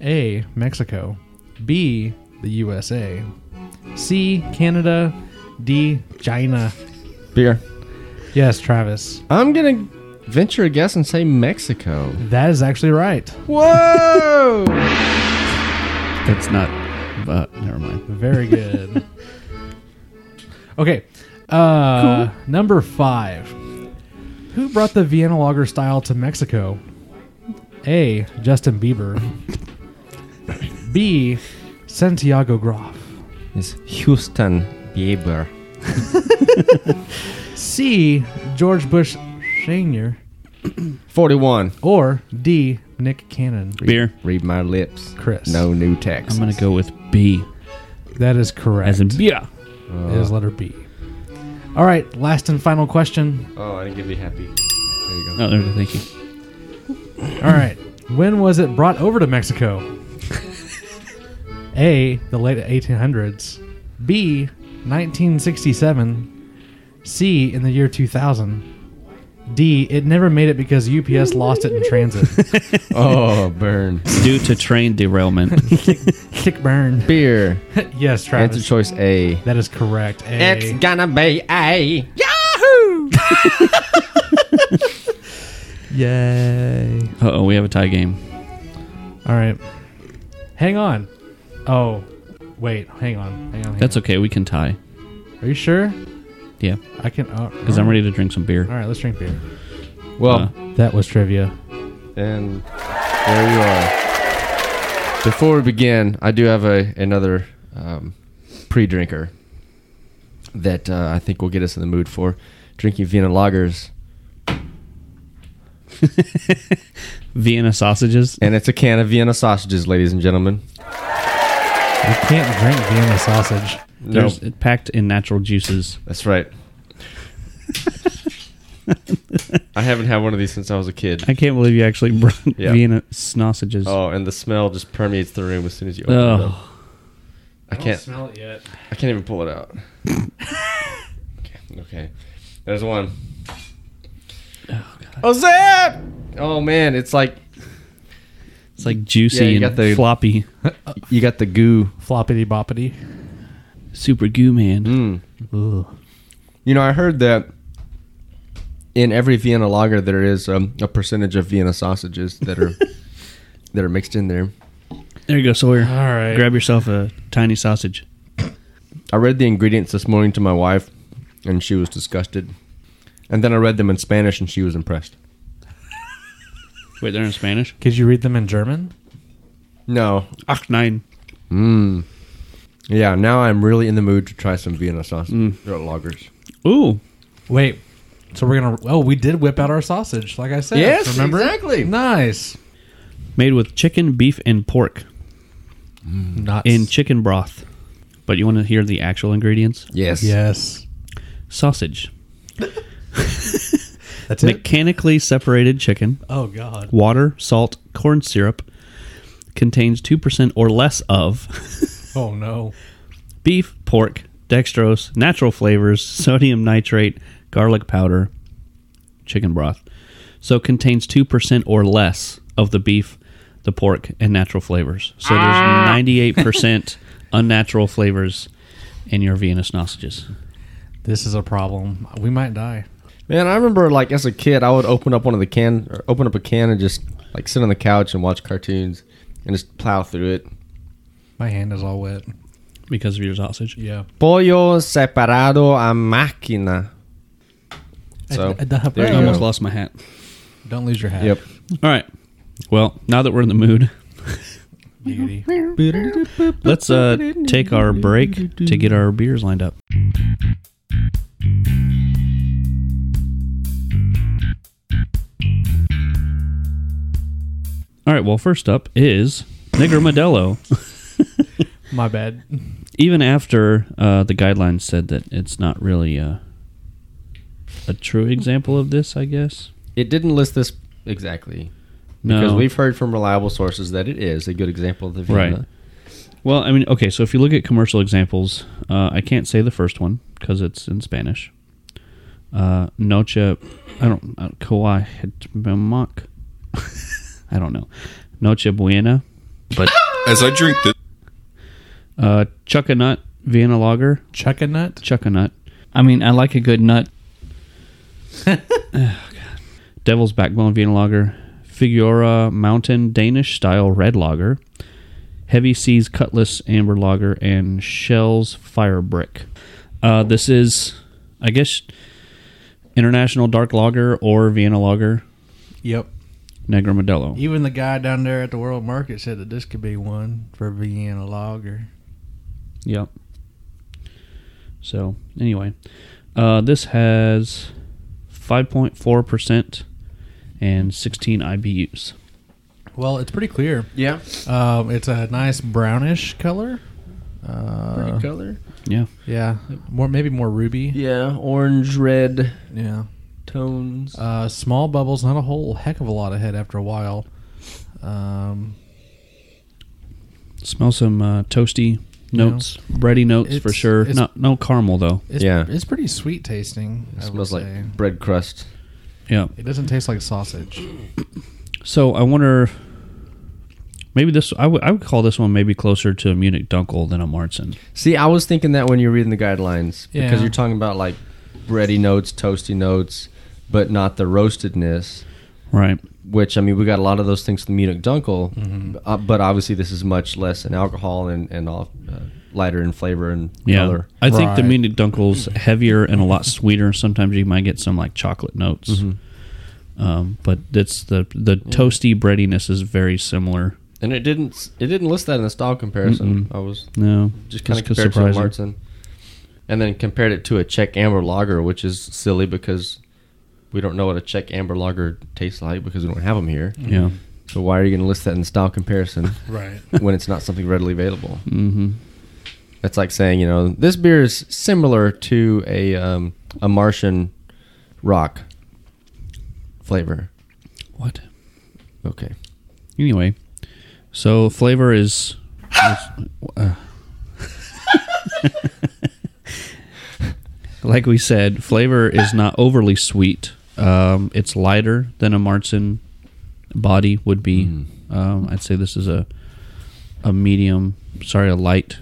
Speaker 2: A. Mexico. B. The USA. C. Canada. D. China.
Speaker 4: Beer.
Speaker 2: Yes, Travis.
Speaker 4: I'm gonna venture a guess and say Mexico.
Speaker 2: That is actually right.
Speaker 4: Whoa!
Speaker 3: That's not. Uh, never mind.
Speaker 2: Very good. okay. Uh, Number five. Who brought the Vienna lager style to Mexico? A. Justin Bieber. B. Santiago Groff.
Speaker 4: it's Houston Bieber.
Speaker 2: C. George Bush Sr.
Speaker 4: Forty-one.
Speaker 2: Or D. Nick Cannon.
Speaker 3: Beer.
Speaker 4: Read my lips,
Speaker 2: Chris.
Speaker 4: No new text.
Speaker 3: I'm gonna go with B,
Speaker 2: That is correct.
Speaker 3: as in beer.
Speaker 2: it is letter B. All right. Last and final question.
Speaker 4: Oh, I didn't give you happy. There you go.
Speaker 3: Oh, there, thank you.
Speaker 2: All right. When was it brought over to Mexico? A. The late 1800s. B. 1967. C. In the year 2000. D. It never made it because UPS lost it in transit.
Speaker 4: Oh, burn.
Speaker 3: Due to train derailment.
Speaker 2: Kick burn.
Speaker 4: Beer.
Speaker 2: Yes,
Speaker 4: Answer
Speaker 2: Travis.
Speaker 4: choice A.
Speaker 2: That is correct. A.
Speaker 4: It's gonna be A.
Speaker 2: Yay.
Speaker 3: Uh oh, we have a tie game.
Speaker 2: All right. Hang on. Oh, wait. Hang on. Hang on. hang
Speaker 3: That's okay. We can tie.
Speaker 2: on. Are you sure?
Speaker 3: Yeah,
Speaker 2: I can. Oh,
Speaker 3: because I'm ready to drink some beer. Uh,
Speaker 2: All right, let's drink beer.
Speaker 4: Well,
Speaker 2: That was trivia.
Speaker 4: and there you are. Before we begin, I do have a another um, pre-drinker that uh, I think will get us in the mood for drinking Vienna lagers,
Speaker 3: Vienna sausages.
Speaker 4: and it's a can of Vienna sausages, ladies and gentlemen.
Speaker 2: You can't drink Vienna sausage.
Speaker 4: No,
Speaker 3: There's it packed in natural juices.
Speaker 4: that's right. I haven't had one of these since I was a kid.
Speaker 3: I can't believe you actually brought
Speaker 4: Yeah.
Speaker 3: Vienna sausages.
Speaker 4: Oh, and the smell just permeates the room as soon as you open it up.
Speaker 3: oh,
Speaker 4: I can't.
Speaker 2: smell it yet.
Speaker 4: I can't even pull it out. okay, okay. There's one. Oh, zap! Oh man, it's like
Speaker 3: it's like juicy
Speaker 4: Yeah, you
Speaker 3: and
Speaker 4: got the-
Speaker 3: floppy.
Speaker 4: you got the goo.
Speaker 2: Floppity boppity.
Speaker 3: Super goo man.
Speaker 4: Mm.
Speaker 2: Ugh.
Speaker 4: You know, I heard that in every Vienna lager there is um, a percentage of Vienna sausages that are that are mixed in there.
Speaker 3: There you go, Sawyer.
Speaker 2: All right.
Speaker 3: Grab yourself a tiny sausage.
Speaker 4: I read the ingredients this morning to my wife, and she was disgusted. And then I read them in Spanish, and she was impressed.
Speaker 3: Wait, they're in Spanish?
Speaker 2: Could you read them in German?
Speaker 4: No,
Speaker 3: Ach nein.
Speaker 4: Mm. Yeah, now I'm really in the mood to try some Vienna sausage or lagers.
Speaker 3: Ooh.
Speaker 2: Wait. So we're gonna. Oh, we did whip out our sausage, like I said. remember?
Speaker 4: exactly.
Speaker 2: Nice.
Speaker 3: Made with chicken, beef, and pork
Speaker 2: Not
Speaker 3: in chicken broth. But you want to hear the actual ingredients?
Speaker 4: Yes.
Speaker 2: Yes.
Speaker 3: Sausage.
Speaker 2: That's it.
Speaker 3: Mechanically separated chicken,
Speaker 2: Oh God.
Speaker 3: water, salt, corn syrup. Contains 2% or less of
Speaker 2: Oh no.
Speaker 3: beef, pork, dextrose, natural flavors, sodium nitrate, garlic powder, chicken broth. So contains 2% or less of the beef, the pork, and natural flavors. So there's 98% unnatural flavors in your Vienna sausages.
Speaker 2: This is a problem. We might die.
Speaker 4: Man, I remember like as a kid, I would open up one of the can, or open up a can, and just like sit on the couch and watch cartoons, and just plow through it.
Speaker 2: My hand is all wet.
Speaker 3: Because of your sausage.
Speaker 2: Yeah.
Speaker 4: Pollo separado a máquina.
Speaker 2: I-
Speaker 4: So
Speaker 2: I don't have-
Speaker 4: there
Speaker 3: I
Speaker 4: you
Speaker 2: Yeah.
Speaker 3: almost
Speaker 4: go.
Speaker 3: lost my hat.
Speaker 2: Don't lose your hat.
Speaker 4: Yep.
Speaker 3: All right. Well, now that we're in the mood,
Speaker 2: Beauty.
Speaker 3: let's uh, take our break to get our beers lined up. All right. Well, first up is Negromadelo.
Speaker 2: My bad.
Speaker 3: even after uh, the guidelines said that it's not really a, a true example of this, I guess.
Speaker 4: It didn't list this exactly
Speaker 3: No.
Speaker 4: because we've heard from reliable sources that it is a good example of the
Speaker 3: Right.
Speaker 4: Vienna.
Speaker 3: Well, I mean, okay, so if you look at commercial examples, uh, I can't say the first one because it's in Spanish. Uh, noche, I don't, uh, Kauai Hetmamak. I don't know. Noche Buena, but
Speaker 7: As I drink this,
Speaker 3: uh, Chuck a Nut Vienna Lager,
Speaker 2: Chuck a nut.
Speaker 3: Chuck a Nut. I mean, I like a good nut. Oh, God. Devil's Backbone Vienna Lager, Figura Mountain Danish style Red Lager, Heavy Seas Cutlass Amber Lager, and Shell's Fire Brick. Uh, this is, I guess, International Dark Lager or Vienna Lager
Speaker 2: Yep.
Speaker 3: Negro Modelo.
Speaker 2: Even the guy down there at the World Market said that this could be one for Vienna lager.
Speaker 3: Yep. So anyway, uh, this has 5.4 percent and 16 IBUs.
Speaker 2: Well, it's pretty clear.
Speaker 4: Yeah.
Speaker 2: Um, it's a nice brownish color. Uh,
Speaker 4: color.
Speaker 3: Yeah.
Speaker 2: yeah, more maybe more ruby.
Speaker 4: Yeah, orange red
Speaker 2: Yeah,
Speaker 4: tones.
Speaker 2: uh, small bubbles, not a whole heck of a lot of head after a while. Um,
Speaker 3: Smell some uh, toasty notes, bready notes for
Speaker 2: it's-
Speaker 3: sure.
Speaker 2: it's-
Speaker 3: Not no caramel though.
Speaker 2: it's,
Speaker 4: Yeah.
Speaker 2: it's pretty sweet tasting.
Speaker 4: it
Speaker 2: I would
Speaker 4: smells like
Speaker 2: say.
Speaker 4: bread crust.
Speaker 3: Yeah.
Speaker 2: it doesn't taste like sausage.
Speaker 3: So I wonder. Maybe this I would I would call this one maybe closer to a Munich Dunkel than a Marzen.
Speaker 4: See, I was thinking that when you're reading the guidelines
Speaker 2: Yeah.
Speaker 4: because you're talking about like bready notes, toasty notes, but not the roastedness.
Speaker 3: Right.
Speaker 4: Which I mean, we got a lot of those things in the Munich Dunkel,
Speaker 2: Mm-hmm.
Speaker 4: uh, but obviously this is much less in alcohol and and all, uh, lighter in flavor and
Speaker 3: Yeah.
Speaker 4: color.
Speaker 3: I think the
Speaker 2: Right.
Speaker 3: Munich Dunkel's heavier and a lot sweeter. Sometimes you might get some like chocolate notes. Um, but it's the the toasty breadiness is very similar.
Speaker 4: And it didn't s- it didn't list that in the style comparison. I was
Speaker 3: No,
Speaker 4: just kind of
Speaker 3: it's
Speaker 4: compared it to a
Speaker 3: surprising.
Speaker 4: Martin, and then compared it to a Czech amber lager, which is silly because we don't know what a Czech amber lager tastes like because we don't have them here.
Speaker 3: Yeah.
Speaker 4: So why are you going to list that in style comparison
Speaker 2: Right.
Speaker 4: when it's not something readily available? Mm-hmm. That's like saying you know this beer is similar to a um, a Martian rock flavor.
Speaker 3: What?
Speaker 4: Okay,
Speaker 3: Anyway, so flavor is. is- uh, like we said, flavor is not overly sweet. Um, it's lighter than a Martzen body would be. Um, I'd say this is a a medium, sorry, a light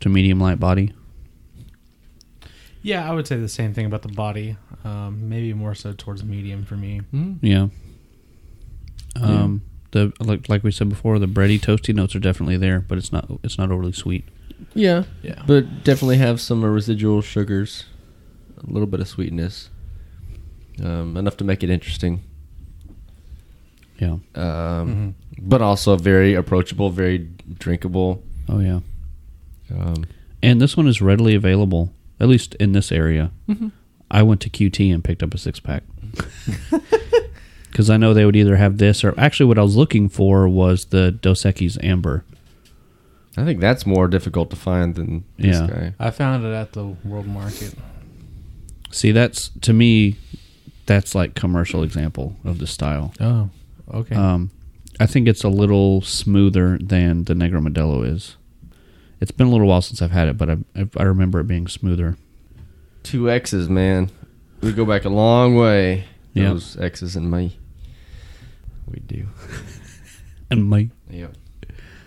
Speaker 3: to medium light body.
Speaker 2: Yeah, I would say the same thing about the body. Um, maybe more so towards medium for me.
Speaker 3: Yeah. Um, the like like we said before, the bready, toasty notes are definitely there, but it's not it's not overly sweet.
Speaker 4: yeah,
Speaker 2: Yeah.
Speaker 4: but definitely have some uh, residual sugars, a little bit of sweetness, um, enough to make it interesting.
Speaker 3: Yeah.
Speaker 4: um, but also very approachable, very drinkable.
Speaker 3: Oh yeah.
Speaker 4: Um,
Speaker 3: And this one is readily available, at least in this area. I went to QT and picked up a six pack because I know they would either have this or actually what I was looking for was the Dos Equis Amber.
Speaker 4: I think that's more difficult to find than this
Speaker 3: Yeah.
Speaker 4: guy.
Speaker 2: I found it at the World Market.
Speaker 3: See, that's to me, that's like commercial example of the style.
Speaker 2: Oh, okay.
Speaker 4: Uh,
Speaker 3: Um, I think it's a little smoother than the Negro Modelo is. It's been a little while since I've had it, but I, I- I remember it being smoother.
Speaker 4: Two X's, man. We go back a long way.
Speaker 3: Yeah.
Speaker 4: Those X's and me. We do.
Speaker 3: And Mike,
Speaker 4: Yeah.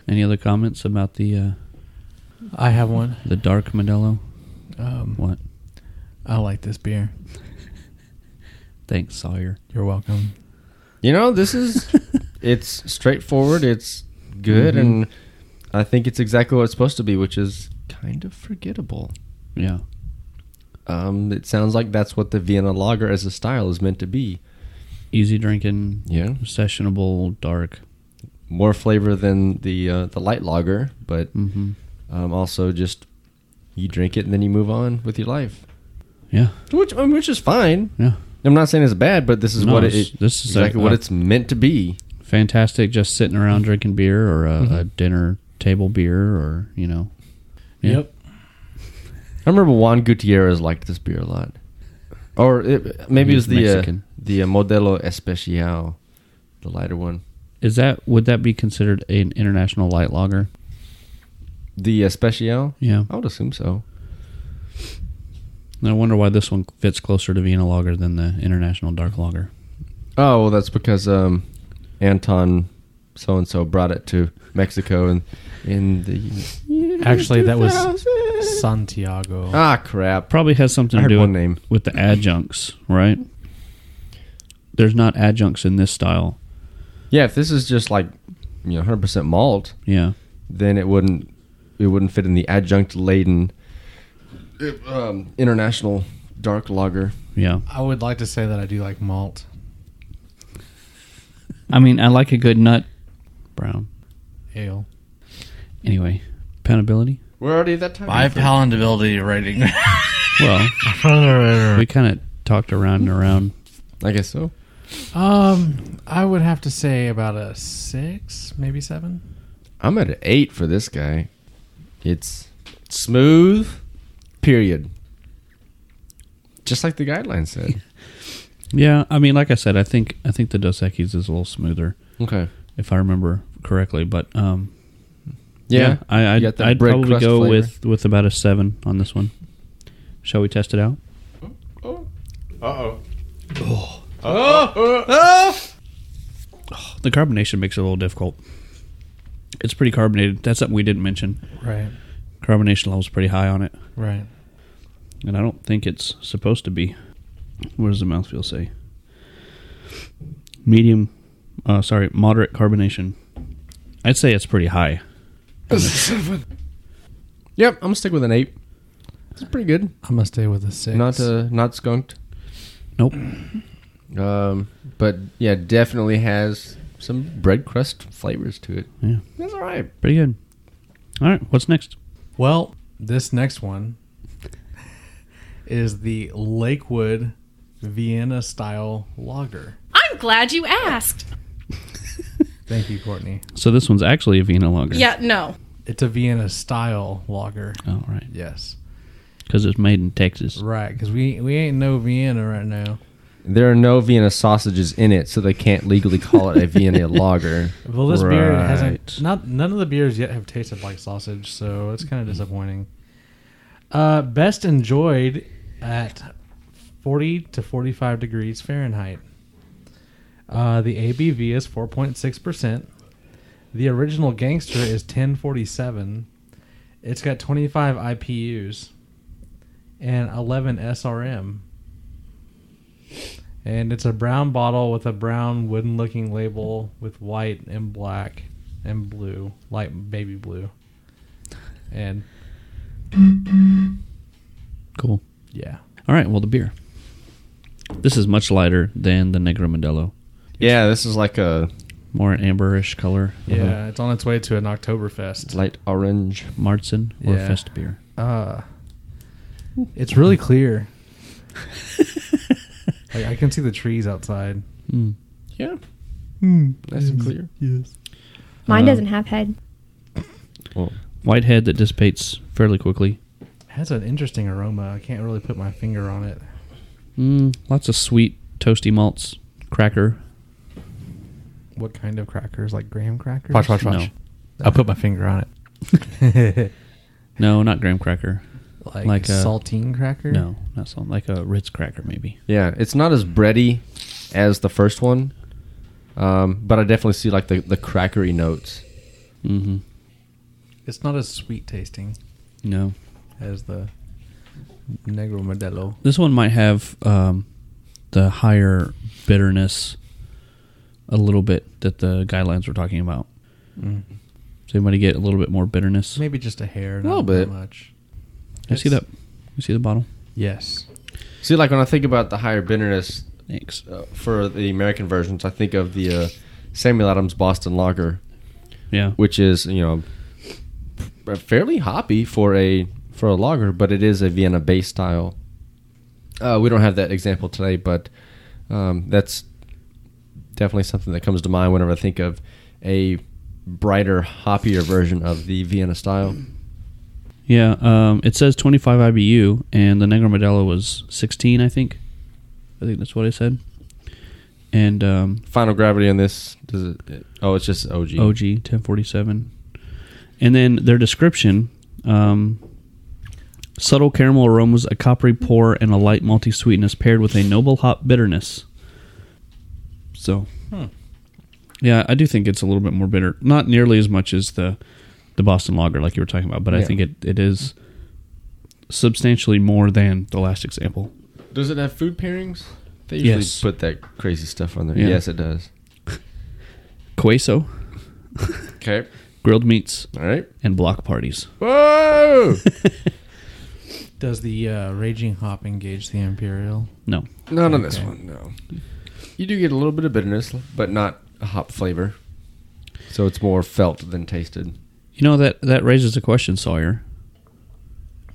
Speaker 3: any other comments about the uh,
Speaker 2: I have one.
Speaker 3: the dark Modelo?
Speaker 2: Um,
Speaker 3: What?
Speaker 2: I like this beer.
Speaker 3: Thanks, Sawyer.
Speaker 2: You're welcome.
Speaker 4: You know, this is it's straightforward. It's good,
Speaker 3: Mm-hmm.
Speaker 4: and I think it's exactly what it's supposed to be, which is kind of forgettable.
Speaker 3: Yeah.
Speaker 4: Um, it sounds like that's what the Vienna lager as a style is meant to be.
Speaker 3: Easy drinking,
Speaker 4: Yeah.
Speaker 3: sessionable, dark.
Speaker 4: more flavor than the uh, the light lager, but
Speaker 3: Mm-hmm.
Speaker 4: um, also just you drink it and then you move on with your life,
Speaker 3: Yeah.
Speaker 4: which I mean, which is fine.
Speaker 3: Yeah.
Speaker 4: I'm not saying it's bad, but this is
Speaker 3: No,
Speaker 4: what it,
Speaker 3: it's- this is
Speaker 4: exactly
Speaker 3: a-
Speaker 4: what
Speaker 3: a-
Speaker 4: it's meant to be. Mm-hmm.
Speaker 3: Fantastic just sitting around drinking beer or a, a dinner table beer or, you know,
Speaker 2: Yep.
Speaker 4: I remember Juan Gutierrez liked this beer a lot, or it, maybe it was
Speaker 3: He's
Speaker 4: the uh,
Speaker 3: Mexican.
Speaker 4: the uh, Modelo Especial, the lighter one.
Speaker 3: Is that would that be considered an international light lager?
Speaker 4: The Especial,
Speaker 3: Yeah.
Speaker 4: I would assume so.
Speaker 3: And I wonder why this one fits closer to Vienna lager than the international dark lager.
Speaker 4: Oh well, that's because um, Anton so and so brought it to Mexico and in the
Speaker 2: Actually, that was Santiago.
Speaker 4: ah crap.
Speaker 3: Probably has something to
Speaker 4: I heard
Speaker 3: do
Speaker 4: one
Speaker 3: with,
Speaker 4: name.
Speaker 3: with the adjuncts, right? There's not adjuncts in this style.
Speaker 4: Yeah, if this is just like you know 100 percent malt,
Speaker 3: Yeah.
Speaker 4: then it wouldn't it wouldn't fit in the adjunct laden um, international dark lager.
Speaker 3: Yeah.
Speaker 2: I would like to say that I do like malt.
Speaker 3: I mean, I like a good nut brown.
Speaker 2: Ale.
Speaker 3: Anyway, poundability?
Speaker 4: We're already at that time.
Speaker 8: My palatability rating.
Speaker 3: Well, we kind of talked around and around.
Speaker 4: I guess so.
Speaker 2: Um, I would have to say about a six, maybe seven.
Speaker 4: I'm at an eight for this guy. It's smooth, period. Just like the guideline said.
Speaker 3: Yeah, I mean, like I said, I think I think the Dos Equis is a little smoother,
Speaker 4: okay.
Speaker 3: if I remember correctly. But um,
Speaker 4: Yeah.
Speaker 3: I,
Speaker 4: You
Speaker 3: I'd,
Speaker 4: got that
Speaker 3: I'd
Speaker 4: bread
Speaker 3: probably
Speaker 4: crust
Speaker 3: go
Speaker 4: flavor.
Speaker 3: with with about a seven on this one. Shall we test it out? Oh, oh, uh oh, oh, the carbonation makes it a little difficult. It's pretty carbonated. That's something we didn't mention.
Speaker 2: Right.
Speaker 3: Carbonation level's pretty high on it,
Speaker 2: Right.
Speaker 3: and I don't think it's supposed to be. What does the mouthfeel say? Medium, uh, sorry, moderate carbonation. I'd say it's pretty high.
Speaker 4: Yep, I'm gonna stick with an eight. It's pretty good.
Speaker 2: I'm gonna stay with a six.
Speaker 4: Not uh, not skunked.
Speaker 3: Nope.
Speaker 4: Um, but yeah, definitely has some bread crust flavors to it.
Speaker 3: Yeah.
Speaker 4: That's all right.
Speaker 3: Pretty good. All right, what's next?
Speaker 2: Well, this next one is the Lakewood Vienna style lager.
Speaker 7: I'm glad you asked.
Speaker 2: Thank you, Courtney.
Speaker 3: So this one's actually a Vienna lager.
Speaker 7: Yeah, no.
Speaker 2: It's a Vienna style lager.
Speaker 3: All right,
Speaker 2: Yes.
Speaker 3: because it's made in Texas.
Speaker 2: Right, because we we ain't no Vienna right now.
Speaker 4: There are no Vienna sausages in it, so they can't legally call it a Vienna lager.
Speaker 2: Well, this beer hasn't.
Speaker 3: Right.
Speaker 2: Not none of the beers yet have tasted like sausage, so it's kind of disappointing. Uh, best enjoyed at forty to forty-five degrees Fahrenheit. Uh, the ABV is four point six percent. The original gangster is ten forty-seven. It's got twenty-five IPUs and eleven SRM. And it's a brown bottle with a brown wooden looking label with white and black and blue, light baby blue. And
Speaker 3: Cool.
Speaker 2: yeah.
Speaker 3: All right, well the beer. This is much lighter than the Negro Modelo.
Speaker 4: Yeah, this is like a
Speaker 3: More an amberish color. of a
Speaker 2: Yeah, it's on its way to an Oktoberfest.
Speaker 4: light orange.
Speaker 3: Marzen or
Speaker 2: Yeah.
Speaker 3: Fest beer.
Speaker 2: Uh It's really clear. like I can see the trees outside. Hmm.
Speaker 3: Hmm.
Speaker 4: Yeah. Nice
Speaker 2: Mm.
Speaker 4: and clear.
Speaker 2: Yes.
Speaker 9: Mine
Speaker 3: Um,
Speaker 9: doesn't have head.
Speaker 3: White head that dissipates fairly quickly.
Speaker 2: has an interesting aroma. I can't really put my finger on it.
Speaker 3: Mm, lots of sweet, toasty malts. Cracker.
Speaker 2: What kind of crackers? Like graham crackers?
Speaker 3: watch, watch. No.
Speaker 2: I put my finger on it.
Speaker 3: No, not graham cracker.
Speaker 2: like,
Speaker 3: Like a-
Speaker 2: saltine cracker?
Speaker 3: No, not so. Like a Ritz cracker, maybe.
Speaker 4: Yeah, it's not as bready as the first one, um, but I definitely see like the, the crackery notes.
Speaker 3: Mm-hmm.
Speaker 2: It's not as sweet tasting
Speaker 3: No,
Speaker 2: as the Negro Modelo.
Speaker 3: This one might have um, the higher bitterness a little bit that the guidelines were talking about. Mm-hmm. So you might get a little bit more bitterness.
Speaker 2: Maybe just a hair, not
Speaker 4: Little
Speaker 2: that
Speaker 4: bit.
Speaker 2: much.
Speaker 3: You see that?
Speaker 2: It's-
Speaker 3: You see the bottle?
Speaker 2: Yes.
Speaker 4: See, like when I think about the higher bitterness
Speaker 3: Thanks.
Speaker 4: uh, for the American versions, I think of the uh, Samuel Adams Boston Lager,
Speaker 3: Yeah.
Speaker 4: which is you know f- fairly hoppy for a for a lager, but it is a Vienna base style. Uh, we don't have that example today, but um, that's definitely something that comes to mind whenever I think of a brighter, hoppier version of the Vienna style.
Speaker 3: Yeah, um, it says 25 IBU, and the Negro Modelo was 16, I think. I think that's what I said. And um,
Speaker 4: Final gravity on this does it? Oh, it's just OG.
Speaker 3: OG 1047. And then their description um, subtle caramel aromas, a coppery pour, and a light multi sweetness paired with a noble hop bitterness. So, yeah, I do think it's a little bit more bitter. Not nearly as much as the, the Boston Lager, like you were talking about, but I
Speaker 4: Yeah.
Speaker 3: think it, it is substantially more than the last example.
Speaker 4: Does it have food pairings? They usually
Speaker 3: Yes.
Speaker 4: put that crazy stuff on there.
Speaker 3: Yeah.
Speaker 4: Yes, it does.
Speaker 3: Queso,
Speaker 4: Okay.
Speaker 3: grilled meats,
Speaker 4: All right.
Speaker 3: and block parties.
Speaker 4: Whoa!
Speaker 2: Does the uh, raging hop engage the imperial?
Speaker 3: No.
Speaker 4: Not on this
Speaker 2: Okay.
Speaker 4: one, no. You do get a little bit of bitterness, but not a hop flavor. So it's more felt than tasted.
Speaker 3: You know that that raises a question, Sawyer.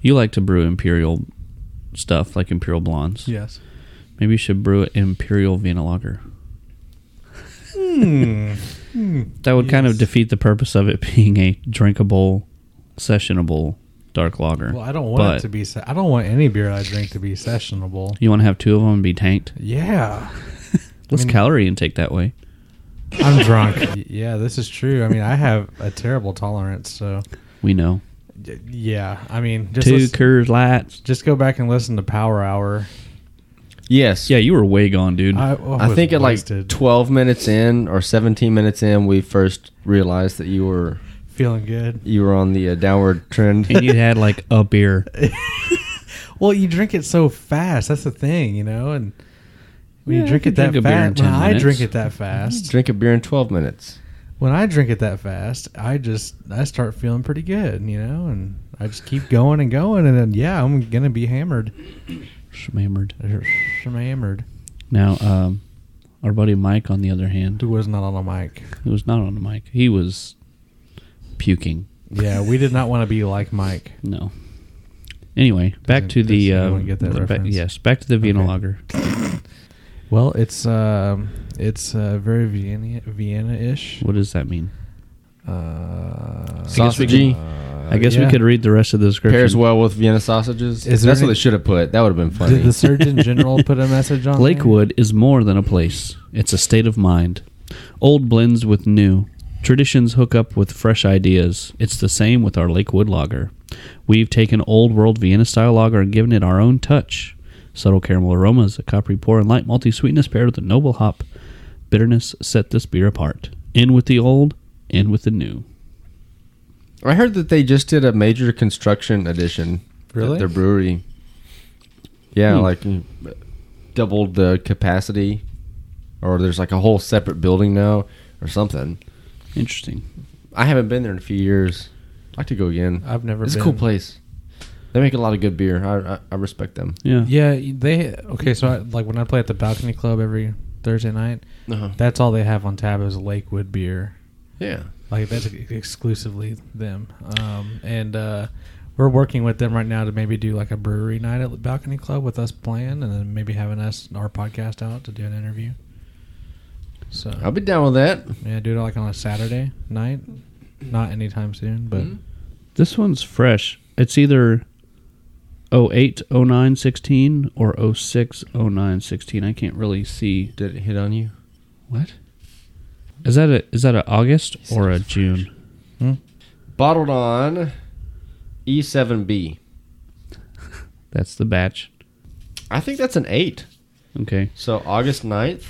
Speaker 3: You like to brew imperial stuff, like imperial blondes.
Speaker 2: Yes.
Speaker 3: Maybe you should brew an imperial Vienna lager. that would kind of
Speaker 2: Hmm. Yes.
Speaker 3: defeat the purpose of it being a drinkable, sessionable dark lager.
Speaker 2: Well, I don't want
Speaker 3: But-
Speaker 2: it to be. Se- I don't want any beer I drink to be sessionable.
Speaker 3: You want to have two of them and be tanked?
Speaker 2: Yeah,
Speaker 3: Less calorie intake that way.
Speaker 2: I'm drunk. Y- yeah, this is true. I mean, I have a terrible tolerance, so
Speaker 3: We know.
Speaker 2: y- yeah. I mean, just
Speaker 3: Two
Speaker 2: lis-
Speaker 3: Coors Lights.
Speaker 2: just go back and listen to Power Hour.
Speaker 4: Yes.
Speaker 3: Yeah, you were way gone, dude.
Speaker 2: I, oh,
Speaker 4: I
Speaker 2: was
Speaker 4: think at like
Speaker 2: wasted.
Speaker 4: 12 minutes in or 17 minutes in, we first realized that you were
Speaker 2: feeling good.
Speaker 4: you were on the uh, downward trend.
Speaker 3: and you had like a beer.
Speaker 2: Well, you drink it so fast. That's the thing, you know. And when
Speaker 3: Yeah,
Speaker 2: you
Speaker 3: I
Speaker 2: drink
Speaker 3: could
Speaker 2: it that
Speaker 3: drink a beer in
Speaker 2: fast,
Speaker 3: 10
Speaker 2: when I
Speaker 3: minutes.
Speaker 2: drink it that fast,
Speaker 4: Drink a beer in 12 minutes.
Speaker 2: when I drink it that fast, I just I start feeling pretty good, you know, and I just keep going and going, and then yeah, I'm gonna be hammered.
Speaker 3: Schmammered.
Speaker 2: I'm hammered.
Speaker 3: Now, um, our buddy Mike, on the other hand,
Speaker 2: It was not on a mic.
Speaker 3: who was not on the mic, he was puking.
Speaker 2: Yeah, we did not want to be like Mike.
Speaker 3: No. Anyway, back
Speaker 2: Doesn't-
Speaker 3: to the.
Speaker 2: does
Speaker 3: Uh,
Speaker 2: anyone get that
Speaker 3: the- ba-
Speaker 2: reference?
Speaker 3: yes, back to the Vienna
Speaker 2: Okay.
Speaker 3: lager.
Speaker 2: Well, it's um, it's uh, very Vienna Vienna-ish.
Speaker 3: What does that mean?
Speaker 2: Uh,
Speaker 4: Sausagey.
Speaker 3: I guess we
Speaker 2: yeah.
Speaker 3: could read the rest of the description.
Speaker 4: Pairs well with Vienna sausages.
Speaker 2: Is there
Speaker 4: That's what
Speaker 2: any-
Speaker 4: they should have put. That would have been funny.
Speaker 2: Did the Surgeon General put a message on there?
Speaker 3: Lakewood is more than a place. It's a state of mind. Old blends with new. Traditions hook up with fresh ideas. It's the same with our Lakewood lager. We've taken old world Vienna style lager and given it our own touch. Subtle caramel aromas, a coppery pour, and light malty sweetness paired with a noble hop bitterness set this beer apart. In with the old, in with the new.
Speaker 4: I heard that they just did a major construction addition.
Speaker 2: Really?
Speaker 4: At their brewery. Yeah,
Speaker 3: Hmm.
Speaker 4: like mm, doubled the capacity, or there's like a whole separate building now, or something.
Speaker 3: Interesting.
Speaker 4: I haven't been there in a few years. I'd like to go again.
Speaker 2: I've never.
Speaker 4: It's
Speaker 2: been.
Speaker 4: a cool place. They make a lot of good beer. I I, I respect them.
Speaker 3: Yeah.
Speaker 2: Yeah, they okay. So I, like when I play at the Balcony Club every Thursday night,
Speaker 4: Uh-huh.
Speaker 2: that's all they have on tap is Lakewood beer.
Speaker 4: Yeah.
Speaker 2: Like that's ex- exclusively them. Um, and uh, we're working with them right now to maybe do like a brewery night at the Balcony Club with us playing, and then maybe having us our podcast out to do an interview. So
Speaker 4: I'll be down with that.
Speaker 2: yeah, do it like on a Saturday night. Not anytime soon, but
Speaker 3: This one's fresh. It's either 08, 09, 16 or 06, 09, 16. I can't really see.
Speaker 4: Did it hit on you?
Speaker 3: What? Is that a is that a August or a June?
Speaker 4: Bottled on E E7B.
Speaker 3: That's the batch.
Speaker 4: I think that's an eight.
Speaker 3: Okay.
Speaker 4: So August 9th.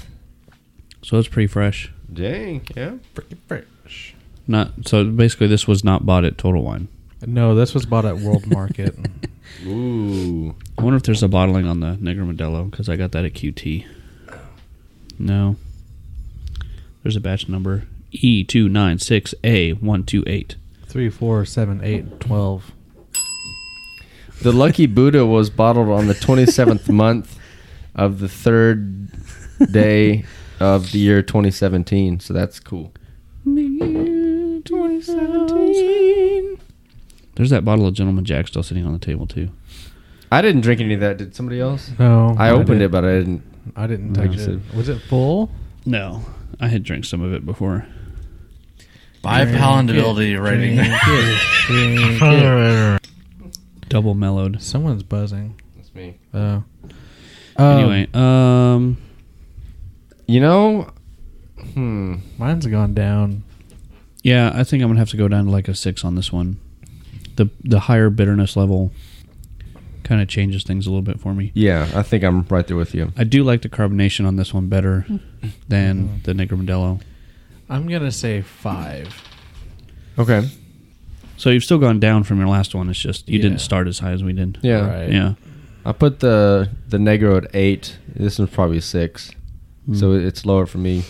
Speaker 3: So it's pretty fresh.
Speaker 4: Dang. Yeah.
Speaker 2: freaking fresh.
Speaker 3: Not so basically this was not bought at Total Wine.
Speaker 2: No, this was bought at World Market.
Speaker 4: Ooh.
Speaker 3: I wonder if there's a bottling on the Negro Modelo because I got that at QT. No. There's a batch number E E296A128.
Speaker 2: Three, four, seven, eight, twelve.
Speaker 4: The Lucky Buddha was bottled on the 27th month of the third day of the year 2017. So that's cool.
Speaker 3: There's that bottle of Gentleman Jack still sitting on the table too.
Speaker 4: I didn't drink any of that. Did somebody else?
Speaker 2: No,
Speaker 4: I opened
Speaker 2: didn't-
Speaker 4: it, but I didn't.
Speaker 2: I didn't touch
Speaker 4: I
Speaker 2: it.
Speaker 4: said-
Speaker 2: Was it full?
Speaker 3: No, I had drank some of it before.
Speaker 8: By palatability rating.
Speaker 2: Drink it, drink it.
Speaker 3: Double mellowed.
Speaker 2: Someone's buzzing.
Speaker 4: That's me.
Speaker 2: Oh.
Speaker 3: anyway, um,
Speaker 4: You know, hmm.
Speaker 2: um, mine's gone down.
Speaker 3: yeah, I think I'm gonna have to go down to like a six on this one. The the higher bitterness level kind of changes things a little bit for me.
Speaker 4: Yeah, I think I'm right there with you.
Speaker 3: I do like the carbonation on this one better than the Negro Modelo.
Speaker 2: I'm gonna say five.
Speaker 4: Okay.
Speaker 3: So you've still gone down from your last one. It's just you
Speaker 2: Yeah.
Speaker 3: didn't start as high as we did.
Speaker 4: Yeah.
Speaker 2: Right.
Speaker 3: Yeah.
Speaker 4: I put the the Negro at eight. This one's probably six, so it's lower for me.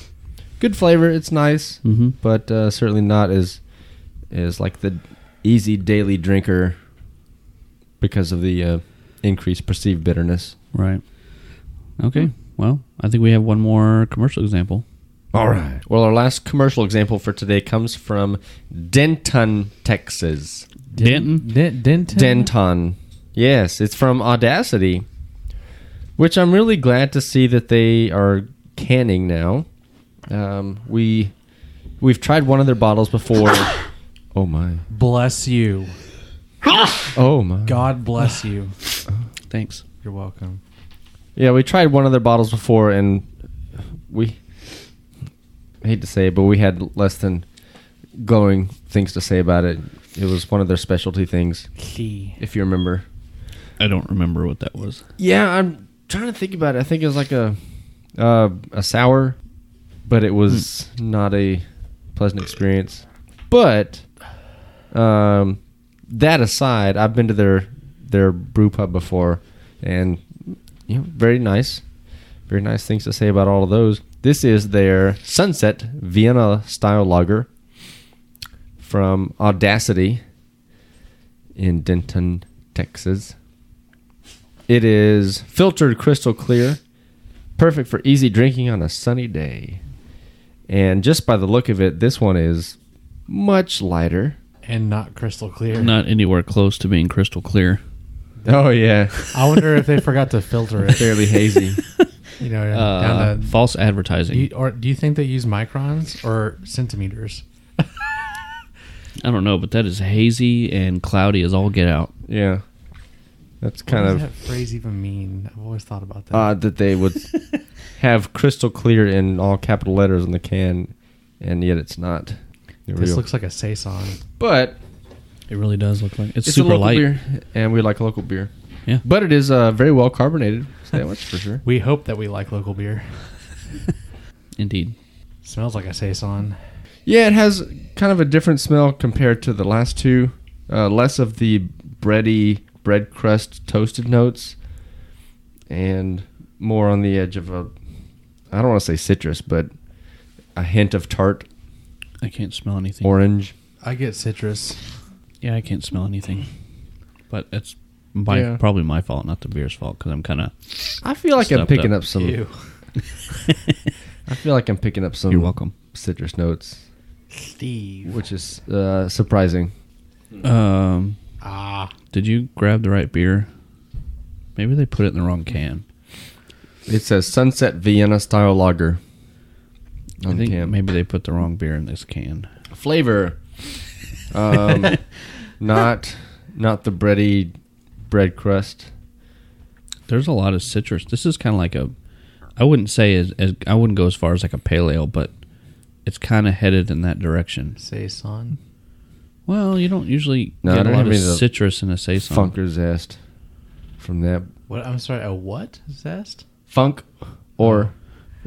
Speaker 4: Good flavor. It's nice,
Speaker 3: Mm-hmm.
Speaker 4: but uh, certainly not as as like the easy daily drinker because of the uh, increased perceived bitterness.
Speaker 3: Right. Okay. Well, I think we have one more commercial example.
Speaker 4: All right. Well, our last commercial example for today comes from Denton, Texas.
Speaker 3: Denton.
Speaker 2: Dent, Denton.
Speaker 4: Denton. Yes, it's from Audacity, which I'm really glad to see that they are canning now. Um, we we've tried one of their bottles before. oh my!
Speaker 2: Bless you.
Speaker 4: Oh my!
Speaker 2: God bless you.
Speaker 3: Thanks.
Speaker 2: You're welcome.
Speaker 4: Yeah, we tried one of their bottles before, and we I hate to say it, but we had less than glowing things to say about it. It was one of their specialty things, if you remember.
Speaker 3: I don't remember what that was.
Speaker 4: Yeah, I'm trying to think about it. I think it was like a uh, a sour, but it was not a pleasant experience. But um, that aside, I've been to their their brew pub before, and you know, very nice, very nice things to say about all of those. This is their Sunset Vienna style lager from Audacity in Denton, Texas. It is filtered crystal clear, perfect for easy drinking on a sunny day. And just by the look of it, this one is much lighter.
Speaker 2: And not crystal clear.
Speaker 3: Not anywhere close to being crystal clear.
Speaker 4: Oh yeah,
Speaker 2: I wonder if they forgot to filter it.
Speaker 4: fairly hazy.
Speaker 2: You know,
Speaker 3: Uh,
Speaker 2: down to,
Speaker 3: false
Speaker 2: do
Speaker 3: advertising.
Speaker 2: you, or do you think they use microns or centimeters?
Speaker 3: I don't know, but that is hazy and cloudy as all get out.
Speaker 4: yeah, that's
Speaker 2: What
Speaker 4: kind
Speaker 2: does
Speaker 4: of Uh,
Speaker 2: that phrase even mean? I've always thought about that.
Speaker 4: odd that they would have crystal clear in all capital letters on the can, and yet it's not.
Speaker 2: this
Speaker 4: Real.
Speaker 2: looks like a saison.
Speaker 4: but
Speaker 3: It really does look like it's,
Speaker 4: it's a
Speaker 3: super
Speaker 4: local
Speaker 3: light.
Speaker 4: beer, and we like local beer.
Speaker 3: Yeah.
Speaker 4: but it is uh, very well carbonated. So that much for sure.
Speaker 2: We hope that we like local beer.
Speaker 3: Indeed.
Speaker 2: Smells like a saison.
Speaker 4: Yeah, it has kind of a different smell compared to the last two. Uh, less of the bready bread crust toasted notes, and more on the edge of a I don't want to say citrus, but a hint of tart
Speaker 3: I can't smell anything.
Speaker 4: orange.
Speaker 2: I get citrus.
Speaker 3: yeah, I can't smell anything. But it's my,
Speaker 4: Yeah.
Speaker 3: probably my fault, not the beer's fault, because I'm kind of.
Speaker 4: I feel like I'm
Speaker 3: Stuffed
Speaker 4: picking
Speaker 3: up.
Speaker 4: up some.
Speaker 2: Ew.
Speaker 4: I feel like I'm picking up some.
Speaker 3: You're welcome.
Speaker 4: Citrus notes,
Speaker 2: Steve.
Speaker 4: which is uh, surprising.
Speaker 3: Um,
Speaker 2: Ah.
Speaker 3: did you grab the right beer? Maybe they put it in the wrong can.
Speaker 4: It says Sunset Vienna Style Lager.
Speaker 3: I
Speaker 4: on the
Speaker 3: think
Speaker 4: can.
Speaker 3: maybe they put the wrong beer in this can.
Speaker 4: flavor. Um, not not the bready bread crust.
Speaker 3: There's a lot of citrus. This is kind of like a, I wouldn't say as, as I wouldn't go as far as like a pale ale, but it's kind of headed in that direction.
Speaker 2: Saison.
Speaker 3: Well, you don't usually
Speaker 4: No, I
Speaker 3: get a
Speaker 4: don't
Speaker 3: lot
Speaker 4: have
Speaker 3: of
Speaker 4: any of the
Speaker 3: citrus in a saison.
Speaker 4: Funker zest from that
Speaker 2: What? I'm sorry. A what? Zest?
Speaker 4: funk or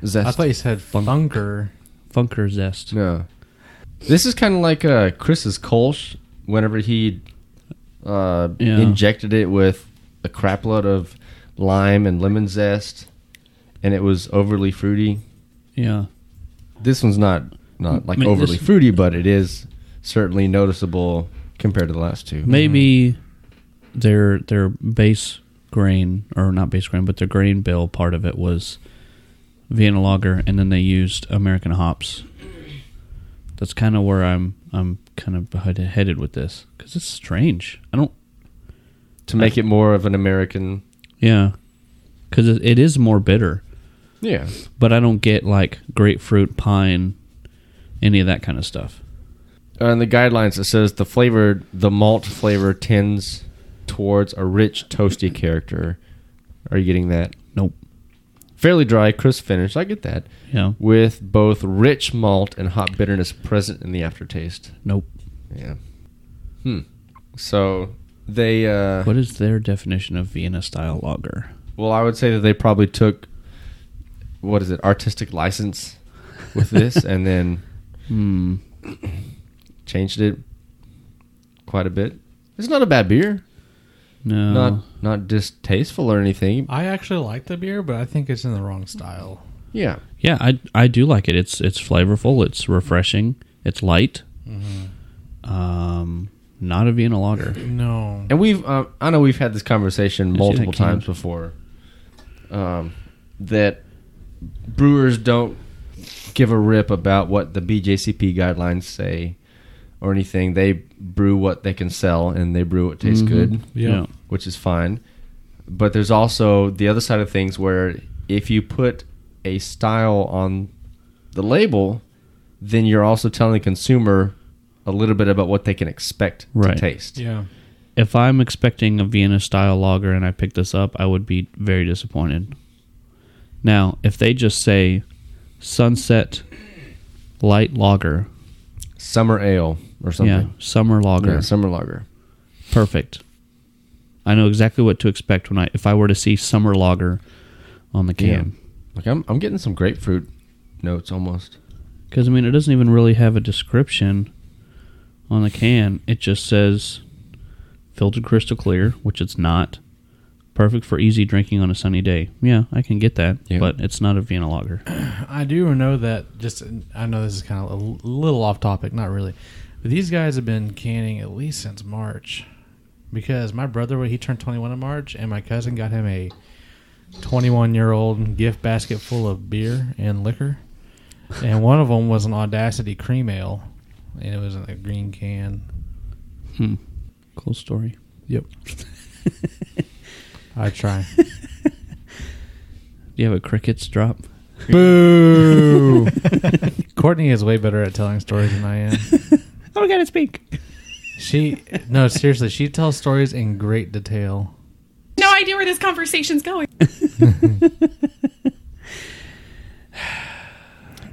Speaker 3: Oh.
Speaker 4: zest.
Speaker 2: I thought you said funker.
Speaker 3: Funker zest.
Speaker 4: no. This is kind of like uh, Chris's Kolsch whenever he uh,
Speaker 3: Yeah.
Speaker 4: injected it with a crapload of lime and lemon zest, and it was overly fruity.
Speaker 3: Yeah.
Speaker 4: This one's not not like
Speaker 3: I mean,
Speaker 4: overly
Speaker 3: this-
Speaker 4: fruity, but it is certainly noticeable compared to the last two.
Speaker 3: Maybe their their base grain or not base grain, but their grain bill part of it was Vienna lager, and then they used American hops. That's kind of where I'm I'm kind of headed with this because it's strange. I don't.
Speaker 4: to make it more of an American.
Speaker 3: Yeah, because it, it is more bitter,
Speaker 4: Yeah.
Speaker 3: but I don't get like grapefruit, pine, any of that kind of stuff.
Speaker 4: Uh, in the guidelines, it says the flavor, the malt flavor tends towards a rich, toasty character. Are you getting that?
Speaker 3: Nope.
Speaker 4: Fairly dry, crisp finish. I get that.
Speaker 3: Yeah.
Speaker 4: With both rich malt and hot bitterness present in the aftertaste.
Speaker 3: Nope.
Speaker 4: Yeah. Hmm. So they. Uh,
Speaker 3: What is their definition of Vienna style lager?
Speaker 4: Well, I would say that they probably took what is it, artistic license with this, and then
Speaker 3: Hmm.
Speaker 4: changed it quite a bit. It's not a bad beer.
Speaker 3: No.
Speaker 4: Not not distasteful or anything.
Speaker 2: I actually like the beer, but I think it's in the wrong style.
Speaker 4: Yeah.
Speaker 3: yeah, I I do like it. It's it's flavorful. It's refreshing. It's light. Um, not a Vienna lager.
Speaker 2: No.
Speaker 4: And we've uh, I know we've had this conversation
Speaker 3: see
Speaker 4: multiple
Speaker 3: that can?
Speaker 4: times before. Um, that brewers don't give a rip about what the BJCP guidelines say or anything. They brew what they can sell and they brew what tastes
Speaker 3: Mm-hmm.
Speaker 4: good.
Speaker 2: Yeah.
Speaker 4: which is fine. But there's also the other side of things where if you put a style on the label, then you're also telling the consumer a little bit about what they can expect
Speaker 3: Right.
Speaker 4: to taste.
Speaker 2: Yeah.
Speaker 3: If I'm expecting a Vienna style lager and I pick this up, I would be very disappointed. Now, if they just say sunset light lager,
Speaker 4: Summer ale or something.
Speaker 3: yeah, summer lager,
Speaker 4: Yeah, summer lager.
Speaker 3: perfect. I know exactly what to expect when I if I were to see summer lager on the can.
Speaker 4: Like I'm, I'm getting some grapefruit notes almost.
Speaker 3: Because I mean, it doesn't even really have a description on the can. It just says filtered crystal clear, which it's not. Perfect for easy drinking on a sunny day. Yeah, I can get that,
Speaker 4: Yeah.
Speaker 3: but it's not a Vienna lager.
Speaker 2: I do know that just I know this is kind of a l- little off topic, not really. But these guys have been canning at least since March because my brother when he turned 21 in March and my cousin got him a 21-year-old gift basket full of beer and liquor. And one of them was an Audacity cream ale and it was in a green can.
Speaker 3: Cool story.
Speaker 2: Yep. I try.
Speaker 3: Do you have a crickets drop?
Speaker 2: Boo! Courtney is way better at telling stories than I am.
Speaker 3: Oh, I gotta speak.
Speaker 2: She no, seriously, she tells stories in great detail.
Speaker 7: No idea where this conversation's going.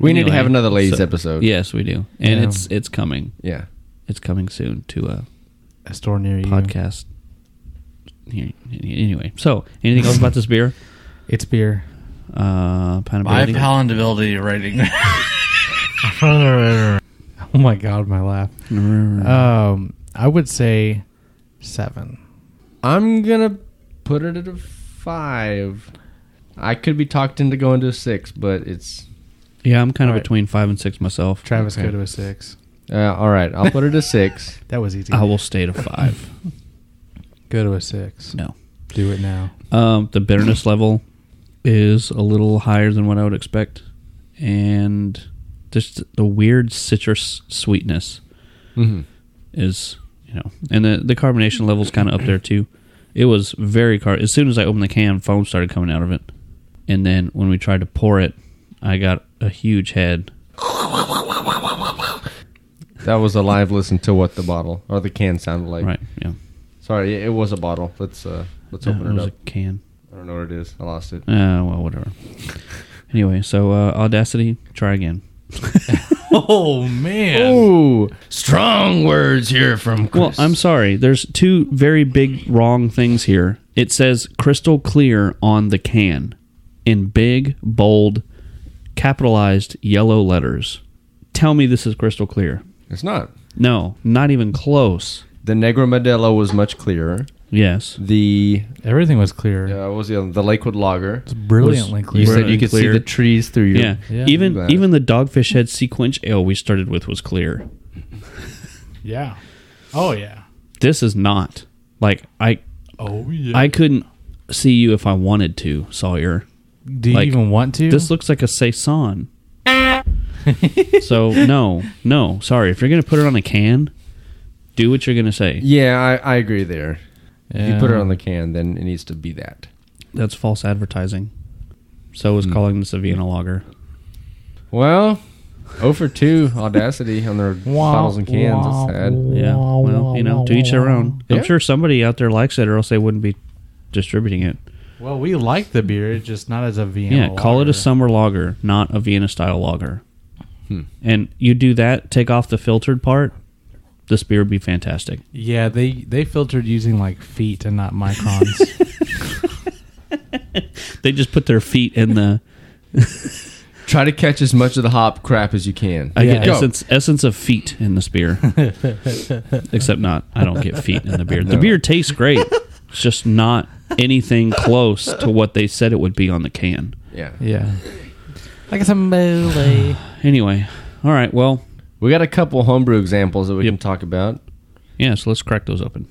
Speaker 4: We need to
Speaker 3: Anyway,
Speaker 4: have another ladies
Speaker 3: so-
Speaker 4: episode.
Speaker 3: Yes, we do, and
Speaker 2: Yeah.
Speaker 3: it's it's coming.
Speaker 4: Yeah.
Speaker 3: It's coming soon to uh, a
Speaker 2: A store near you.
Speaker 3: podcast. Here- Anyway, so anything else about this beer?
Speaker 2: It's beer.
Speaker 3: Uh,
Speaker 8: My
Speaker 3: palatability.
Speaker 8: palatability rating.
Speaker 2: Oh my god, my laugh. Um, I would say seven.
Speaker 4: I'm gonna put it at a five. I could be talked into going to a six, but it's
Speaker 3: yeah, I'm kind of
Speaker 2: Alright.
Speaker 3: between five and six myself.
Speaker 2: Travis
Speaker 4: Okay.
Speaker 2: go to a six.
Speaker 4: uh, all right. I'll put it at a six.
Speaker 2: That was easy.
Speaker 3: I will stay to five.
Speaker 2: go to a six.
Speaker 3: No.
Speaker 2: Do it now.
Speaker 3: Um, the bitterness level is a little higher than what I would expect, and just the weird citrus sweetness
Speaker 4: Mhm.
Speaker 3: is you know, and the the carbonation level's kind of up there too. It was very car. As soon as I opened the can, foam started coming out of it, and then when we tried to pour it, I got a huge head.
Speaker 4: That was a live listen to what the bottle or the can sounded like.
Speaker 3: Right? Yeah.
Speaker 4: Sorry, it it was a bottle. Let's uh let's
Speaker 3: Uh,
Speaker 4: open
Speaker 3: it
Speaker 4: it
Speaker 3: was
Speaker 4: up.
Speaker 3: a can.
Speaker 4: I I don't know what it is. I lost it.
Speaker 3: Uh, well, whatever. anyway, so uh, Audacity, try again.
Speaker 2: Oh man.
Speaker 4: Ooh,
Speaker 8: Strong words here from Chris.
Speaker 3: Well, I'm sorry. There's two very big wrong things here. It says crystal clear on the can in big, bold, capitalized yellow letters. Tell me this is crystal clear.
Speaker 4: it's not.
Speaker 3: No, not even close.
Speaker 4: The Negro Modelo was much clearer.
Speaker 3: Yes.
Speaker 4: The
Speaker 2: Everything was clear.
Speaker 4: uh, what was the other? the Lakewood Lager.
Speaker 2: It's brilliantly
Speaker 4: You
Speaker 2: clear.
Speaker 4: said you
Speaker 3: Brilliant
Speaker 4: could
Speaker 3: clear.
Speaker 4: see the trees through your.
Speaker 3: Yeah.
Speaker 2: Yeah.
Speaker 3: Even
Speaker 4: Glass.
Speaker 3: even the Dogfish Head Sequench Ale we started with was clear.
Speaker 2: yeah. Oh yeah.
Speaker 3: This is not. Like I
Speaker 2: Oh yeah.
Speaker 3: I couldn't see you if I wanted to, Sawyer.
Speaker 2: Do you
Speaker 3: like,
Speaker 2: even want to?
Speaker 3: This looks like a saison. so no, no, sorry. If you're gonna put it on a can, do what you're gonna say.
Speaker 4: Yeah, I, I agree there. If you put it
Speaker 2: Yeah.
Speaker 4: on the can, then it needs to be that.
Speaker 3: That's false advertising. So is calling this a Vienna lager.
Speaker 4: Well, 0 for 2 Audacity on their bottles and cans. It's sad.
Speaker 3: Yeah. Well, you know, to each their own.
Speaker 4: Yeah.
Speaker 3: I'm sure somebody out there likes it, or else they wouldn't be distributing it.
Speaker 2: Well, we like the beer, it's just not as a Vienna.
Speaker 3: Yeah, call it a
Speaker 2: lager.
Speaker 3: summer lager, not a Vienna style lager.
Speaker 4: Hmm.
Speaker 3: And you do that, take off the filtered part, this beer would be fantastic.
Speaker 2: Yeah, they they filtered using like feet and not microns.
Speaker 3: They just put their feet in the
Speaker 4: Try to catch as much of the hop crap as you can.
Speaker 3: I get
Speaker 4: Go.
Speaker 3: essence essence of feet in this beer. Except not I don't get feet in the beer. The
Speaker 4: No.
Speaker 3: beer tastes great. It's just not anything close to what they said it would be on the can.
Speaker 4: Yeah.
Speaker 2: yeah, like it's a melee.
Speaker 3: Anyway, all right, well,
Speaker 4: We got a couple homebrew examples that we can talk about.
Speaker 3: yeah, so let's crack those open.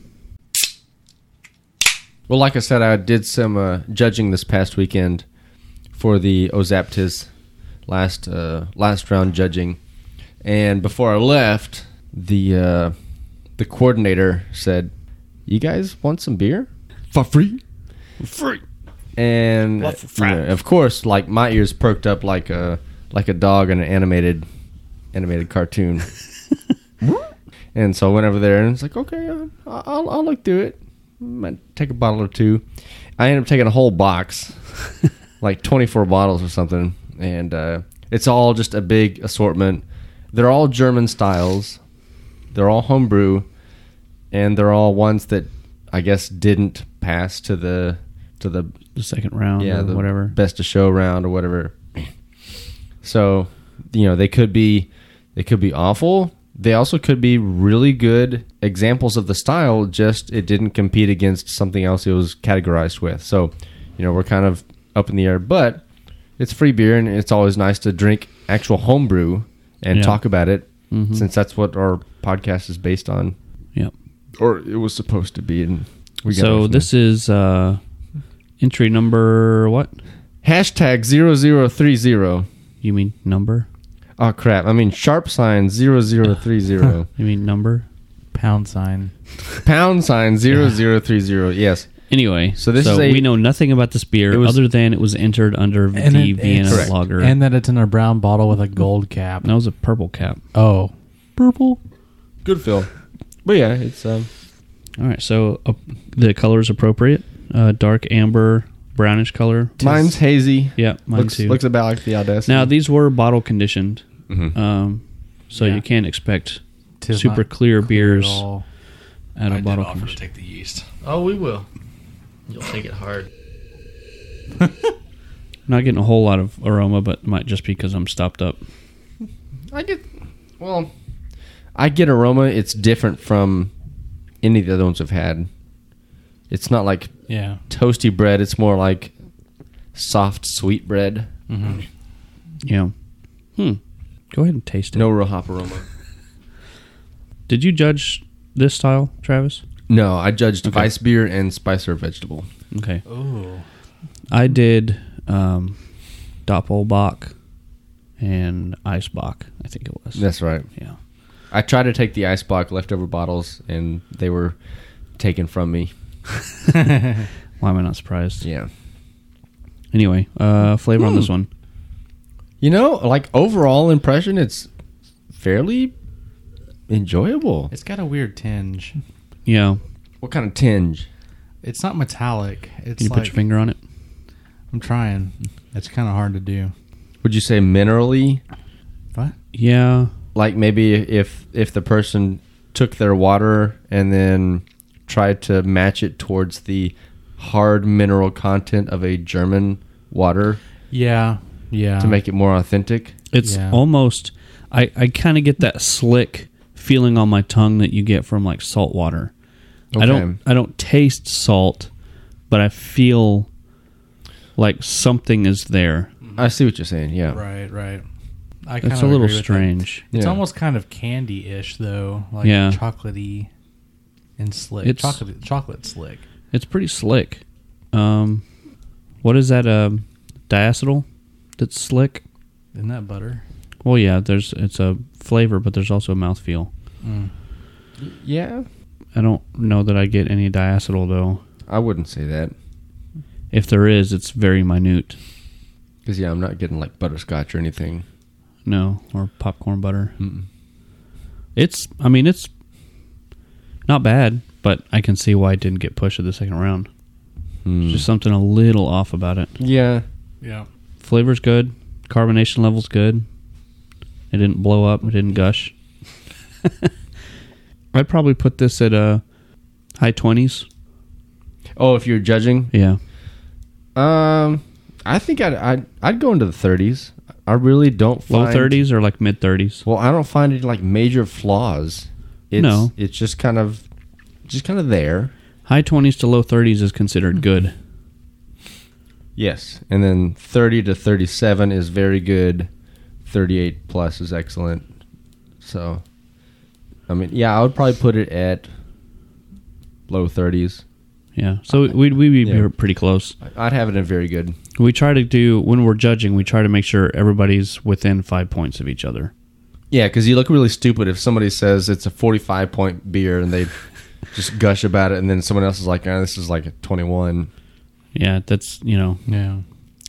Speaker 4: Well, like I said, I did some uh, judging this past weekend for the Ozaptis last uh, last round judging, and before I left, the uh, the coordinator said, "You guys want some beer for free?"
Speaker 8: Free.
Speaker 4: And
Speaker 8: What for free?
Speaker 4: you know, of course, like my ears perked up like a like a dog in an animated animated cartoon. and so I went over there and it's like, okay, uh, I'll, I'll look through it. Might take a bottle or two. I ended up taking a whole box, like 24 bottles or something. And uh, it's all just a big assortment. They're all German styles, they're all homebrew, and they're all ones that I guess didn't pass to the to the
Speaker 3: The second round
Speaker 4: yeah,
Speaker 3: or
Speaker 4: the
Speaker 3: whatever.
Speaker 4: best of show round or whatever. So, you know, they could be they could be awful. They also could be really good examples of the style. Just it didn't compete against something else it was categorized with. So, you know, we're kind of up in the air, but it's free beer and it's always nice to drink actual homebrew and
Speaker 3: Yeah. Mm-hmm.
Speaker 4: talk about it, since that's what our podcast is based on,
Speaker 3: Yep.
Speaker 4: or it was supposed to be. And we got away
Speaker 3: So
Speaker 4: from
Speaker 3: this is uh entry number what?
Speaker 4: it. hashtag zero zero three zero.
Speaker 3: You mean number?
Speaker 4: Oh crap! I mean, sharp sign zero zero three zero,
Speaker 3: You mean number?
Speaker 2: Pound sign.
Speaker 4: pound sign zero zero three zero. Yes,
Speaker 3: Anyway, so
Speaker 4: So
Speaker 3: this
Speaker 4: this is a-
Speaker 3: we know nothing about this beer
Speaker 4: It was-
Speaker 3: other than it was entered under
Speaker 2: And
Speaker 3: the
Speaker 2: it-
Speaker 3: Vienna
Speaker 2: it's- Correct.
Speaker 3: Lager.
Speaker 2: and that it's in a brown bottle with a gold cap.
Speaker 3: that was a purple cap.
Speaker 2: Oh, purple.
Speaker 4: good Phil. But yeah, it's um,
Speaker 3: All right, so uh, the color is appropriate. Uh, dark amber, brownish color.
Speaker 4: mine's hazy.
Speaker 3: yeah, mine
Speaker 4: looks,
Speaker 3: too.
Speaker 4: Looks about like the audacity.
Speaker 3: now these were bottle conditioned,
Speaker 4: Mm-hmm.
Speaker 3: um, so
Speaker 2: Yeah.
Speaker 3: you can't expect
Speaker 2: Tis
Speaker 3: super
Speaker 2: not clear
Speaker 3: clear
Speaker 2: at
Speaker 3: beers
Speaker 2: all.
Speaker 3: out of bottle
Speaker 8: offer to
Speaker 3: conditioned.
Speaker 8: take the yeast.
Speaker 9: Oh, we will. You'll take it hard.
Speaker 3: Not getting a whole lot of aroma, but it might just be because I'm stopped up.
Speaker 4: I get well, I get aroma. It's different from any of the other ones I've had. It's not like
Speaker 2: Yeah,
Speaker 4: toasty bread. It's more like soft sweet bread.
Speaker 3: Yeah. Hmm. Go ahead and taste it.
Speaker 4: No real hop aroma.
Speaker 3: Did you judge this style, Travis?
Speaker 4: No, I judged vice beer and Spicer vegetable.
Speaker 3: Okay. Oh. I did um, Doppelbock and Eisbach, I think it was.
Speaker 4: That's right.
Speaker 3: yeah.
Speaker 4: I tried to take the ice block leftover bottles, and they were taken from me.
Speaker 3: Why am I not surprised?
Speaker 4: Yeah.
Speaker 3: Anyway, uh, flavor on this one.
Speaker 4: You know, like overall impression, it's fairly enjoyable.
Speaker 2: it's got a weird tinge.
Speaker 3: Yeah.
Speaker 4: What kind of tinge?
Speaker 2: It's not metallic. It's
Speaker 3: Can you
Speaker 2: like
Speaker 3: put your finger on it?
Speaker 2: I'm trying. It's kind of hard to do.
Speaker 4: Would you say minerally?
Speaker 3: Yeah.
Speaker 4: Like maybe if if the person took their water and then tried to match it towards the hard mineral content of a German water
Speaker 2: Yeah, yeah.
Speaker 4: to make it more authentic.
Speaker 3: It's
Speaker 2: Yeah.
Speaker 3: almost, I, I kind of get that slick feeling on my tongue that you get from like salt water. I don't I don't taste salt, but I feel like something is there.
Speaker 4: I see what you're saying. Yeah.
Speaker 2: right, right. I
Speaker 3: It's
Speaker 2: kinda
Speaker 3: a little
Speaker 2: agree with that.
Speaker 3: strange.
Speaker 2: It's
Speaker 4: Yeah.
Speaker 2: almost kind of candy-ish though, like
Speaker 3: Yeah.
Speaker 2: chocolatey and slick.
Speaker 3: It's-
Speaker 2: chocolate, chocolate slick.
Speaker 3: It's pretty slick. Um, what is that? Um, diacetyl. That's slick.
Speaker 2: Isn't that butter?
Speaker 3: Well, yeah. There's it's a flavor, but there's also a mouthfeel.
Speaker 4: Yeah.
Speaker 3: I don't know that I get any diacetyl though.
Speaker 4: I wouldn't say that.
Speaker 3: If there is, it's very minute.
Speaker 4: Because, yeah, I'm not getting like butterscotch or anything.
Speaker 3: No, or popcorn butter. It's. I mean, it's not bad, but I can see why it didn't get pushed at the second round. There's just something a little off about it.
Speaker 4: Yeah.
Speaker 2: Yeah.
Speaker 3: Flavor's good. Carbonation level's good. It didn't blow up. It didn't gush. I'd probably put this at a high twenties.
Speaker 4: Oh, if you're judging,
Speaker 3: Yeah.
Speaker 4: um, I think I'd I'd, I'd go into the 30s. I really don't
Speaker 3: Low
Speaker 4: find-
Speaker 3: thirties or like mid thirties.
Speaker 4: Well, I don't find any like major flaws. It's,
Speaker 3: No.
Speaker 4: it's just kind of, just kind of there.
Speaker 3: High twenties to low thirties is considered good.
Speaker 4: Yes, and then 30 to 37 is very good. 38 plus is excellent. So, I mean, yeah, I would probably put it at low 30s.
Speaker 3: Yeah. So we'd we'd be
Speaker 4: Yeah.
Speaker 3: pretty close.
Speaker 4: I- I'd have it in very good.
Speaker 3: We try to do when we're judging, we try to make sure everybody's within five points of each other.
Speaker 4: Yeah, because you look really stupid if somebody says it's a 45 point beer and they just gush about it, and then someone else is like, oh, this is like a 21.
Speaker 3: Yeah, that's you know.
Speaker 2: Yeah.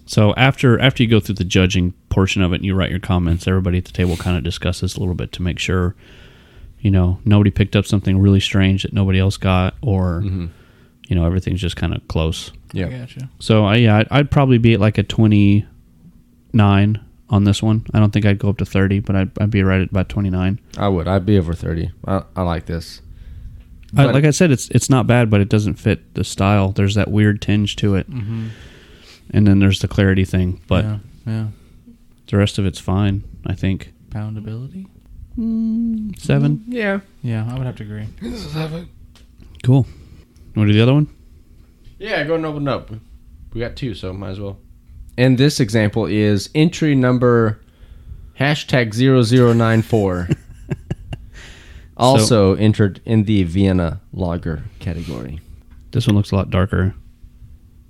Speaker 3: So after after you go through the judging portion of it and you write your comments, everybody at the table kind of discusses a little bit to make sure, you know, nobody picked up something really strange that nobody else got, or you know, everything's just kind of close.
Speaker 4: Yeah.
Speaker 2: Gotcha.
Speaker 3: So I yeah, I'd, I'd probably be at like a twenty nine on this one. I don't think I'd go up to thirty, but I'd, I'd be right at about twenty nine.
Speaker 4: I would. I'd be over 30. I, I like this.
Speaker 3: I,
Speaker 4: But-
Speaker 3: like I said, it's it's not bad, but it doesn't fit the style. There's that weird tinge to it, and then there's the clarity thing. But
Speaker 2: yeah. Yeah.
Speaker 3: the rest of it's fine. I think
Speaker 2: Poundability.
Speaker 3: seven.
Speaker 4: Yeah.
Speaker 2: Yeah, I would have to agree.
Speaker 3: Cool. You want to do the other one?
Speaker 4: Yeah, go and open it up. We got two, so might as well. And this example is entry number hashtag 0094. also entered in the Vienna lager category.
Speaker 3: This one looks a lot darker.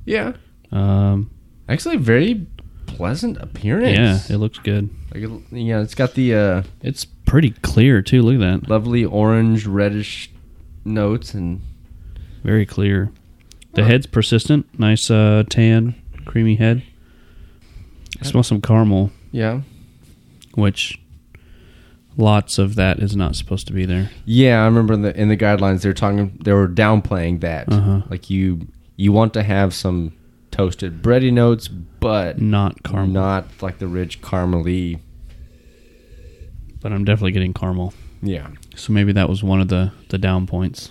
Speaker 4: Yeah.
Speaker 3: Um,
Speaker 4: Actually, very pleasant appearance.
Speaker 3: yeah, it looks good.
Speaker 4: Like it, yeah, it's got the uh,
Speaker 3: It's pretty clear too. Look at that.
Speaker 4: lovely orange reddish notes and
Speaker 3: Very clear. The head's persistent. Nice uh, tan, creamy head. I smell some caramel,
Speaker 4: yeah.
Speaker 3: which lots of that is not supposed to be there.
Speaker 4: Yeah, I remember in the in the guidelines they were talking they were downplaying that.
Speaker 3: Uh-huh.
Speaker 4: Like you you want to have some toasted bready notes, but
Speaker 3: Not caramel,
Speaker 4: not like the rich caramely.
Speaker 3: but I'm definitely getting caramel.
Speaker 4: Yeah.
Speaker 3: So maybe that was one of the the down points.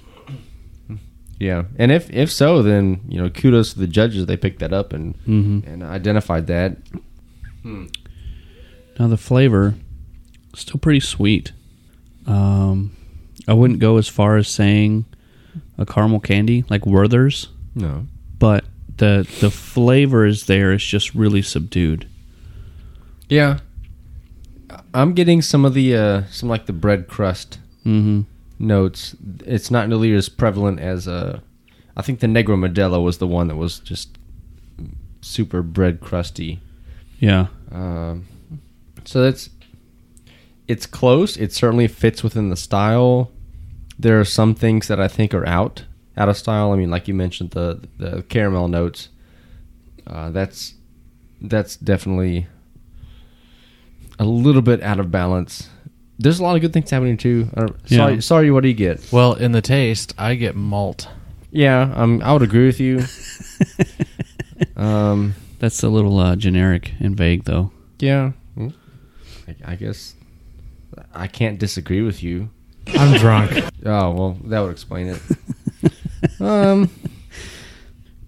Speaker 4: Yeah. And if if so, then you know, kudos to the judges they picked that up and
Speaker 3: Hmm.
Speaker 4: and identified that.
Speaker 3: Now the flavor, still pretty sweet. Um, I wouldn't go as far as saying a caramel candy like Werther's,
Speaker 4: No.
Speaker 3: but the the flavor is there. It's just really subdued.
Speaker 4: Yeah. I'm getting some of the uh some like the bread crust
Speaker 3: Mm-hmm.
Speaker 4: notes. It's not nearly as prevalent as uh, I think the Negro Modelo was the one that was just super bread crusty.
Speaker 3: Yeah,
Speaker 4: Um, so that's it's close. It certainly fits within the style. There are some things that I think are out out of style. I mean, like you mentioned the the caramel notes. Uh, that's that's definitely a little bit out of balance. There's a lot of good things happening too. I don't-
Speaker 3: Yeah.
Speaker 4: Sorry, sorry. What do you get?
Speaker 2: Well, in the taste, I get malt.
Speaker 4: Yeah, um, I would agree with you. um,
Speaker 3: that's a little uh, generic and vague though.
Speaker 4: yeah, I, Hmm? I guess I can't disagree with you.
Speaker 2: I'm drunk.
Speaker 4: Oh well, that would explain it. um,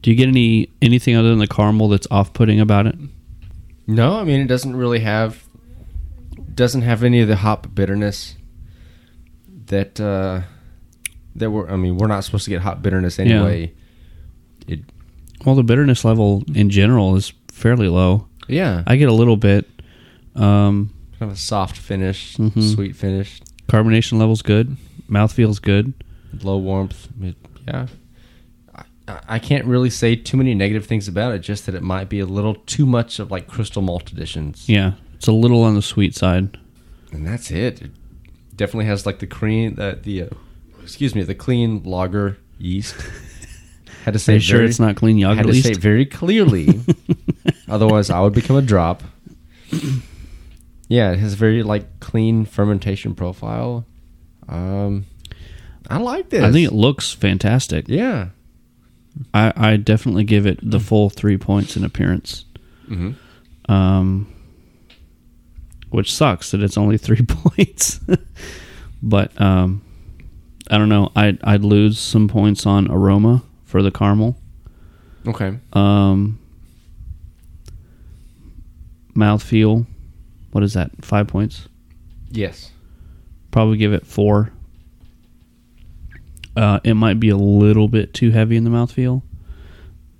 Speaker 3: Do you get any anything other than the caramel that's off putting about it?
Speaker 4: no, I mean it doesn't really have doesn't have any of the hop bitterness that uh, that we're. I mean, we're not supposed to get hop bitterness anyway.
Speaker 3: Well, the bitterness level in general is fairly low.
Speaker 4: Yeah,
Speaker 3: I get a little bit. Um,
Speaker 4: kind of a soft finish,
Speaker 3: Mhm.
Speaker 4: sweet finish,
Speaker 3: carbonation level's good. Mouth feels good.
Speaker 4: low warmth. It- Yeah. I- I I can't really say too many negative things about it. Just that it might be a little too much of like crystal malt additions.
Speaker 3: Yeah, it's a little on the sweet side.
Speaker 4: and that's it. It definitely has like the cream, the, the uh, excuse me, the clean lager yeast. Had to say
Speaker 3: Are you sure
Speaker 4: very-
Speaker 3: it's not clean
Speaker 4: I
Speaker 3: yogurt
Speaker 4: had to
Speaker 3: yeast?
Speaker 4: say it very clearly, otherwise I would become a drop. Yeah, it has a very like clean fermentation profile. Um, I like this.
Speaker 3: I think it looks fantastic.
Speaker 4: yeah, Mm-hmm.
Speaker 3: I, I definitely give it the full three points in appearance.
Speaker 4: Mhm.
Speaker 3: Um, which sucks that it's only three points. but um, I don't know. I'd, I'd lose some points on aroma for the caramel.
Speaker 4: okay.
Speaker 3: Um, mouthfeel. What is that? Five points.
Speaker 4: Yes.
Speaker 3: Probably give it four. Uh, it might be a little bit too heavy in the mouthfeel.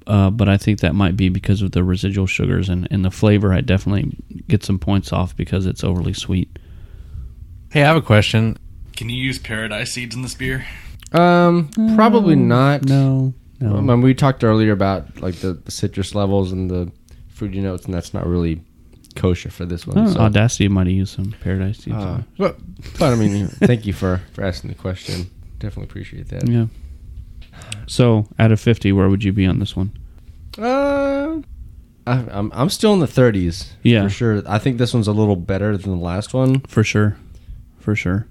Speaker 3: Uh, but I think that might be because of the residual sugars and, and the flavor. I definitely get some points off because it's overly sweet.
Speaker 10: Hey, I have a question.
Speaker 8: Can you use paradise seeds in this beer?
Speaker 4: Um, probably not.
Speaker 3: No, no.
Speaker 4: Um, and we talked earlier about like the citrus levels and the fruity notes, and that's not really kosher for this one.
Speaker 3: I don't know,
Speaker 4: so-
Speaker 3: Audacity might have used some paradise seeds.
Speaker 4: Uh, but, but I mean, thank you for, for asking the question. Definitely appreciate that.
Speaker 3: yeah. So out of fifty, where would you be on this one?
Speaker 4: Uh, I, I'm I'm still in the 30s.
Speaker 3: Yeah.
Speaker 4: for sure. I think this one's a little better than the last one,
Speaker 3: For sure, for sure.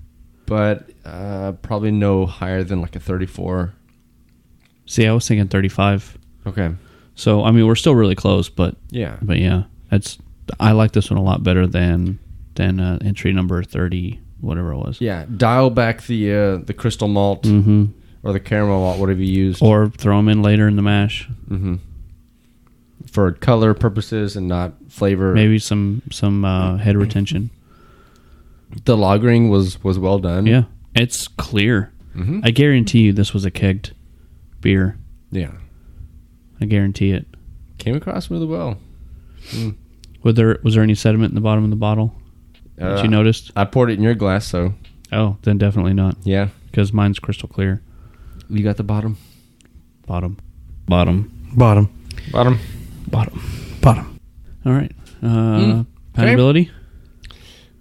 Speaker 4: but uh, probably no higher than like a 34.
Speaker 3: See, I was thinking thirty-five.
Speaker 4: Okay.
Speaker 3: So I mean, we're still really close, but
Speaker 4: Yeah.
Speaker 3: but yeah, that's I like this one a lot better than than uh, entry number thirty, whatever it was.
Speaker 4: Yeah. Dial back the uh, the crystal malt
Speaker 3: Mm-hmm.
Speaker 4: or the caramel malt, whatever you used,
Speaker 3: Or throw them in later in the mash.
Speaker 4: hmm for color purposes and not flavor.
Speaker 3: Maybe some some
Speaker 4: Mm-hmm.
Speaker 3: uh, head retention.
Speaker 4: the lagering was was well done.
Speaker 3: Yeah, it's clear.
Speaker 4: Mhm.
Speaker 3: I guarantee you, this was a kegged beer.
Speaker 4: Yeah.
Speaker 3: I guarantee it.
Speaker 4: Came across really well.
Speaker 3: Was there was there any sediment in the bottom of the bottle that
Speaker 4: Uh,
Speaker 3: you noticed?
Speaker 4: I poured it in your glass, so
Speaker 3: Oh, then definitely not
Speaker 4: yeah.
Speaker 3: because mine's crystal clear.
Speaker 4: You got the bottom.
Speaker 3: Bottom, bottom,
Speaker 10: Bottom.
Speaker 4: Bottom.
Speaker 3: bottom.
Speaker 10: Bottom.
Speaker 3: All right. Uh,
Speaker 4: Mm.
Speaker 3: Poundability.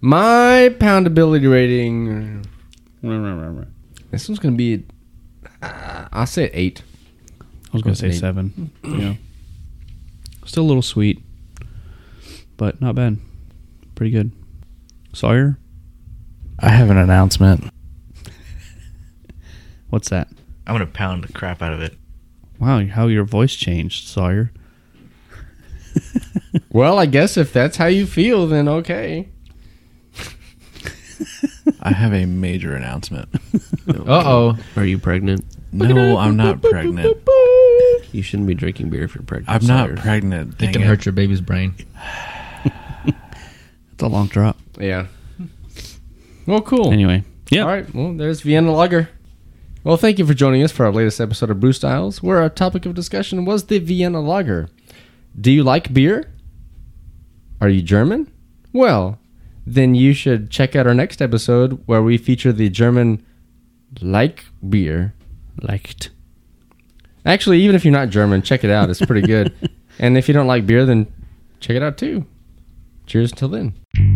Speaker 4: My poundability rating. This one's gonna be. Uh, I'll say eight.
Speaker 3: I was going to
Speaker 4: Close to
Speaker 3: say
Speaker 4: eight.
Speaker 3: seven. yeah. Still a little sweet, but not bad. Pretty good. Sawyer,
Speaker 10: I have an announcement.
Speaker 3: what's that?
Speaker 9: I'm gonna pound the crap out of it.
Speaker 3: Wow, how your voice changed, Sawyer.
Speaker 4: Well, I guess if that's how you feel, then okay.
Speaker 10: I have a major announcement.
Speaker 9: Uh
Speaker 10: oh.
Speaker 9: Are you pregnant?
Speaker 10: No, I'm not pregnant.
Speaker 9: You shouldn't be drinking beer if you're pregnant.
Speaker 10: I'm not pregnant.
Speaker 9: It
Speaker 10: Dang
Speaker 9: can
Speaker 10: it.
Speaker 9: hurt your baby's brain.
Speaker 3: It's a long drop.
Speaker 4: Yeah. Well, cool.
Speaker 3: Anyway, yeah.
Speaker 4: All right. Well, there's Vienna Lager. Well, thank you for joining us for our latest episode of Brew Styles, where our topic of discussion was the Vienna Lager. Do you like beer? Are you German? Well, then you should check out our next episode where we feature the German like beer.
Speaker 3: Liked.
Speaker 4: Actually, even if you're not German, check it out. It's pretty good. and if you don't like beer, then check it out too. Cheers until then.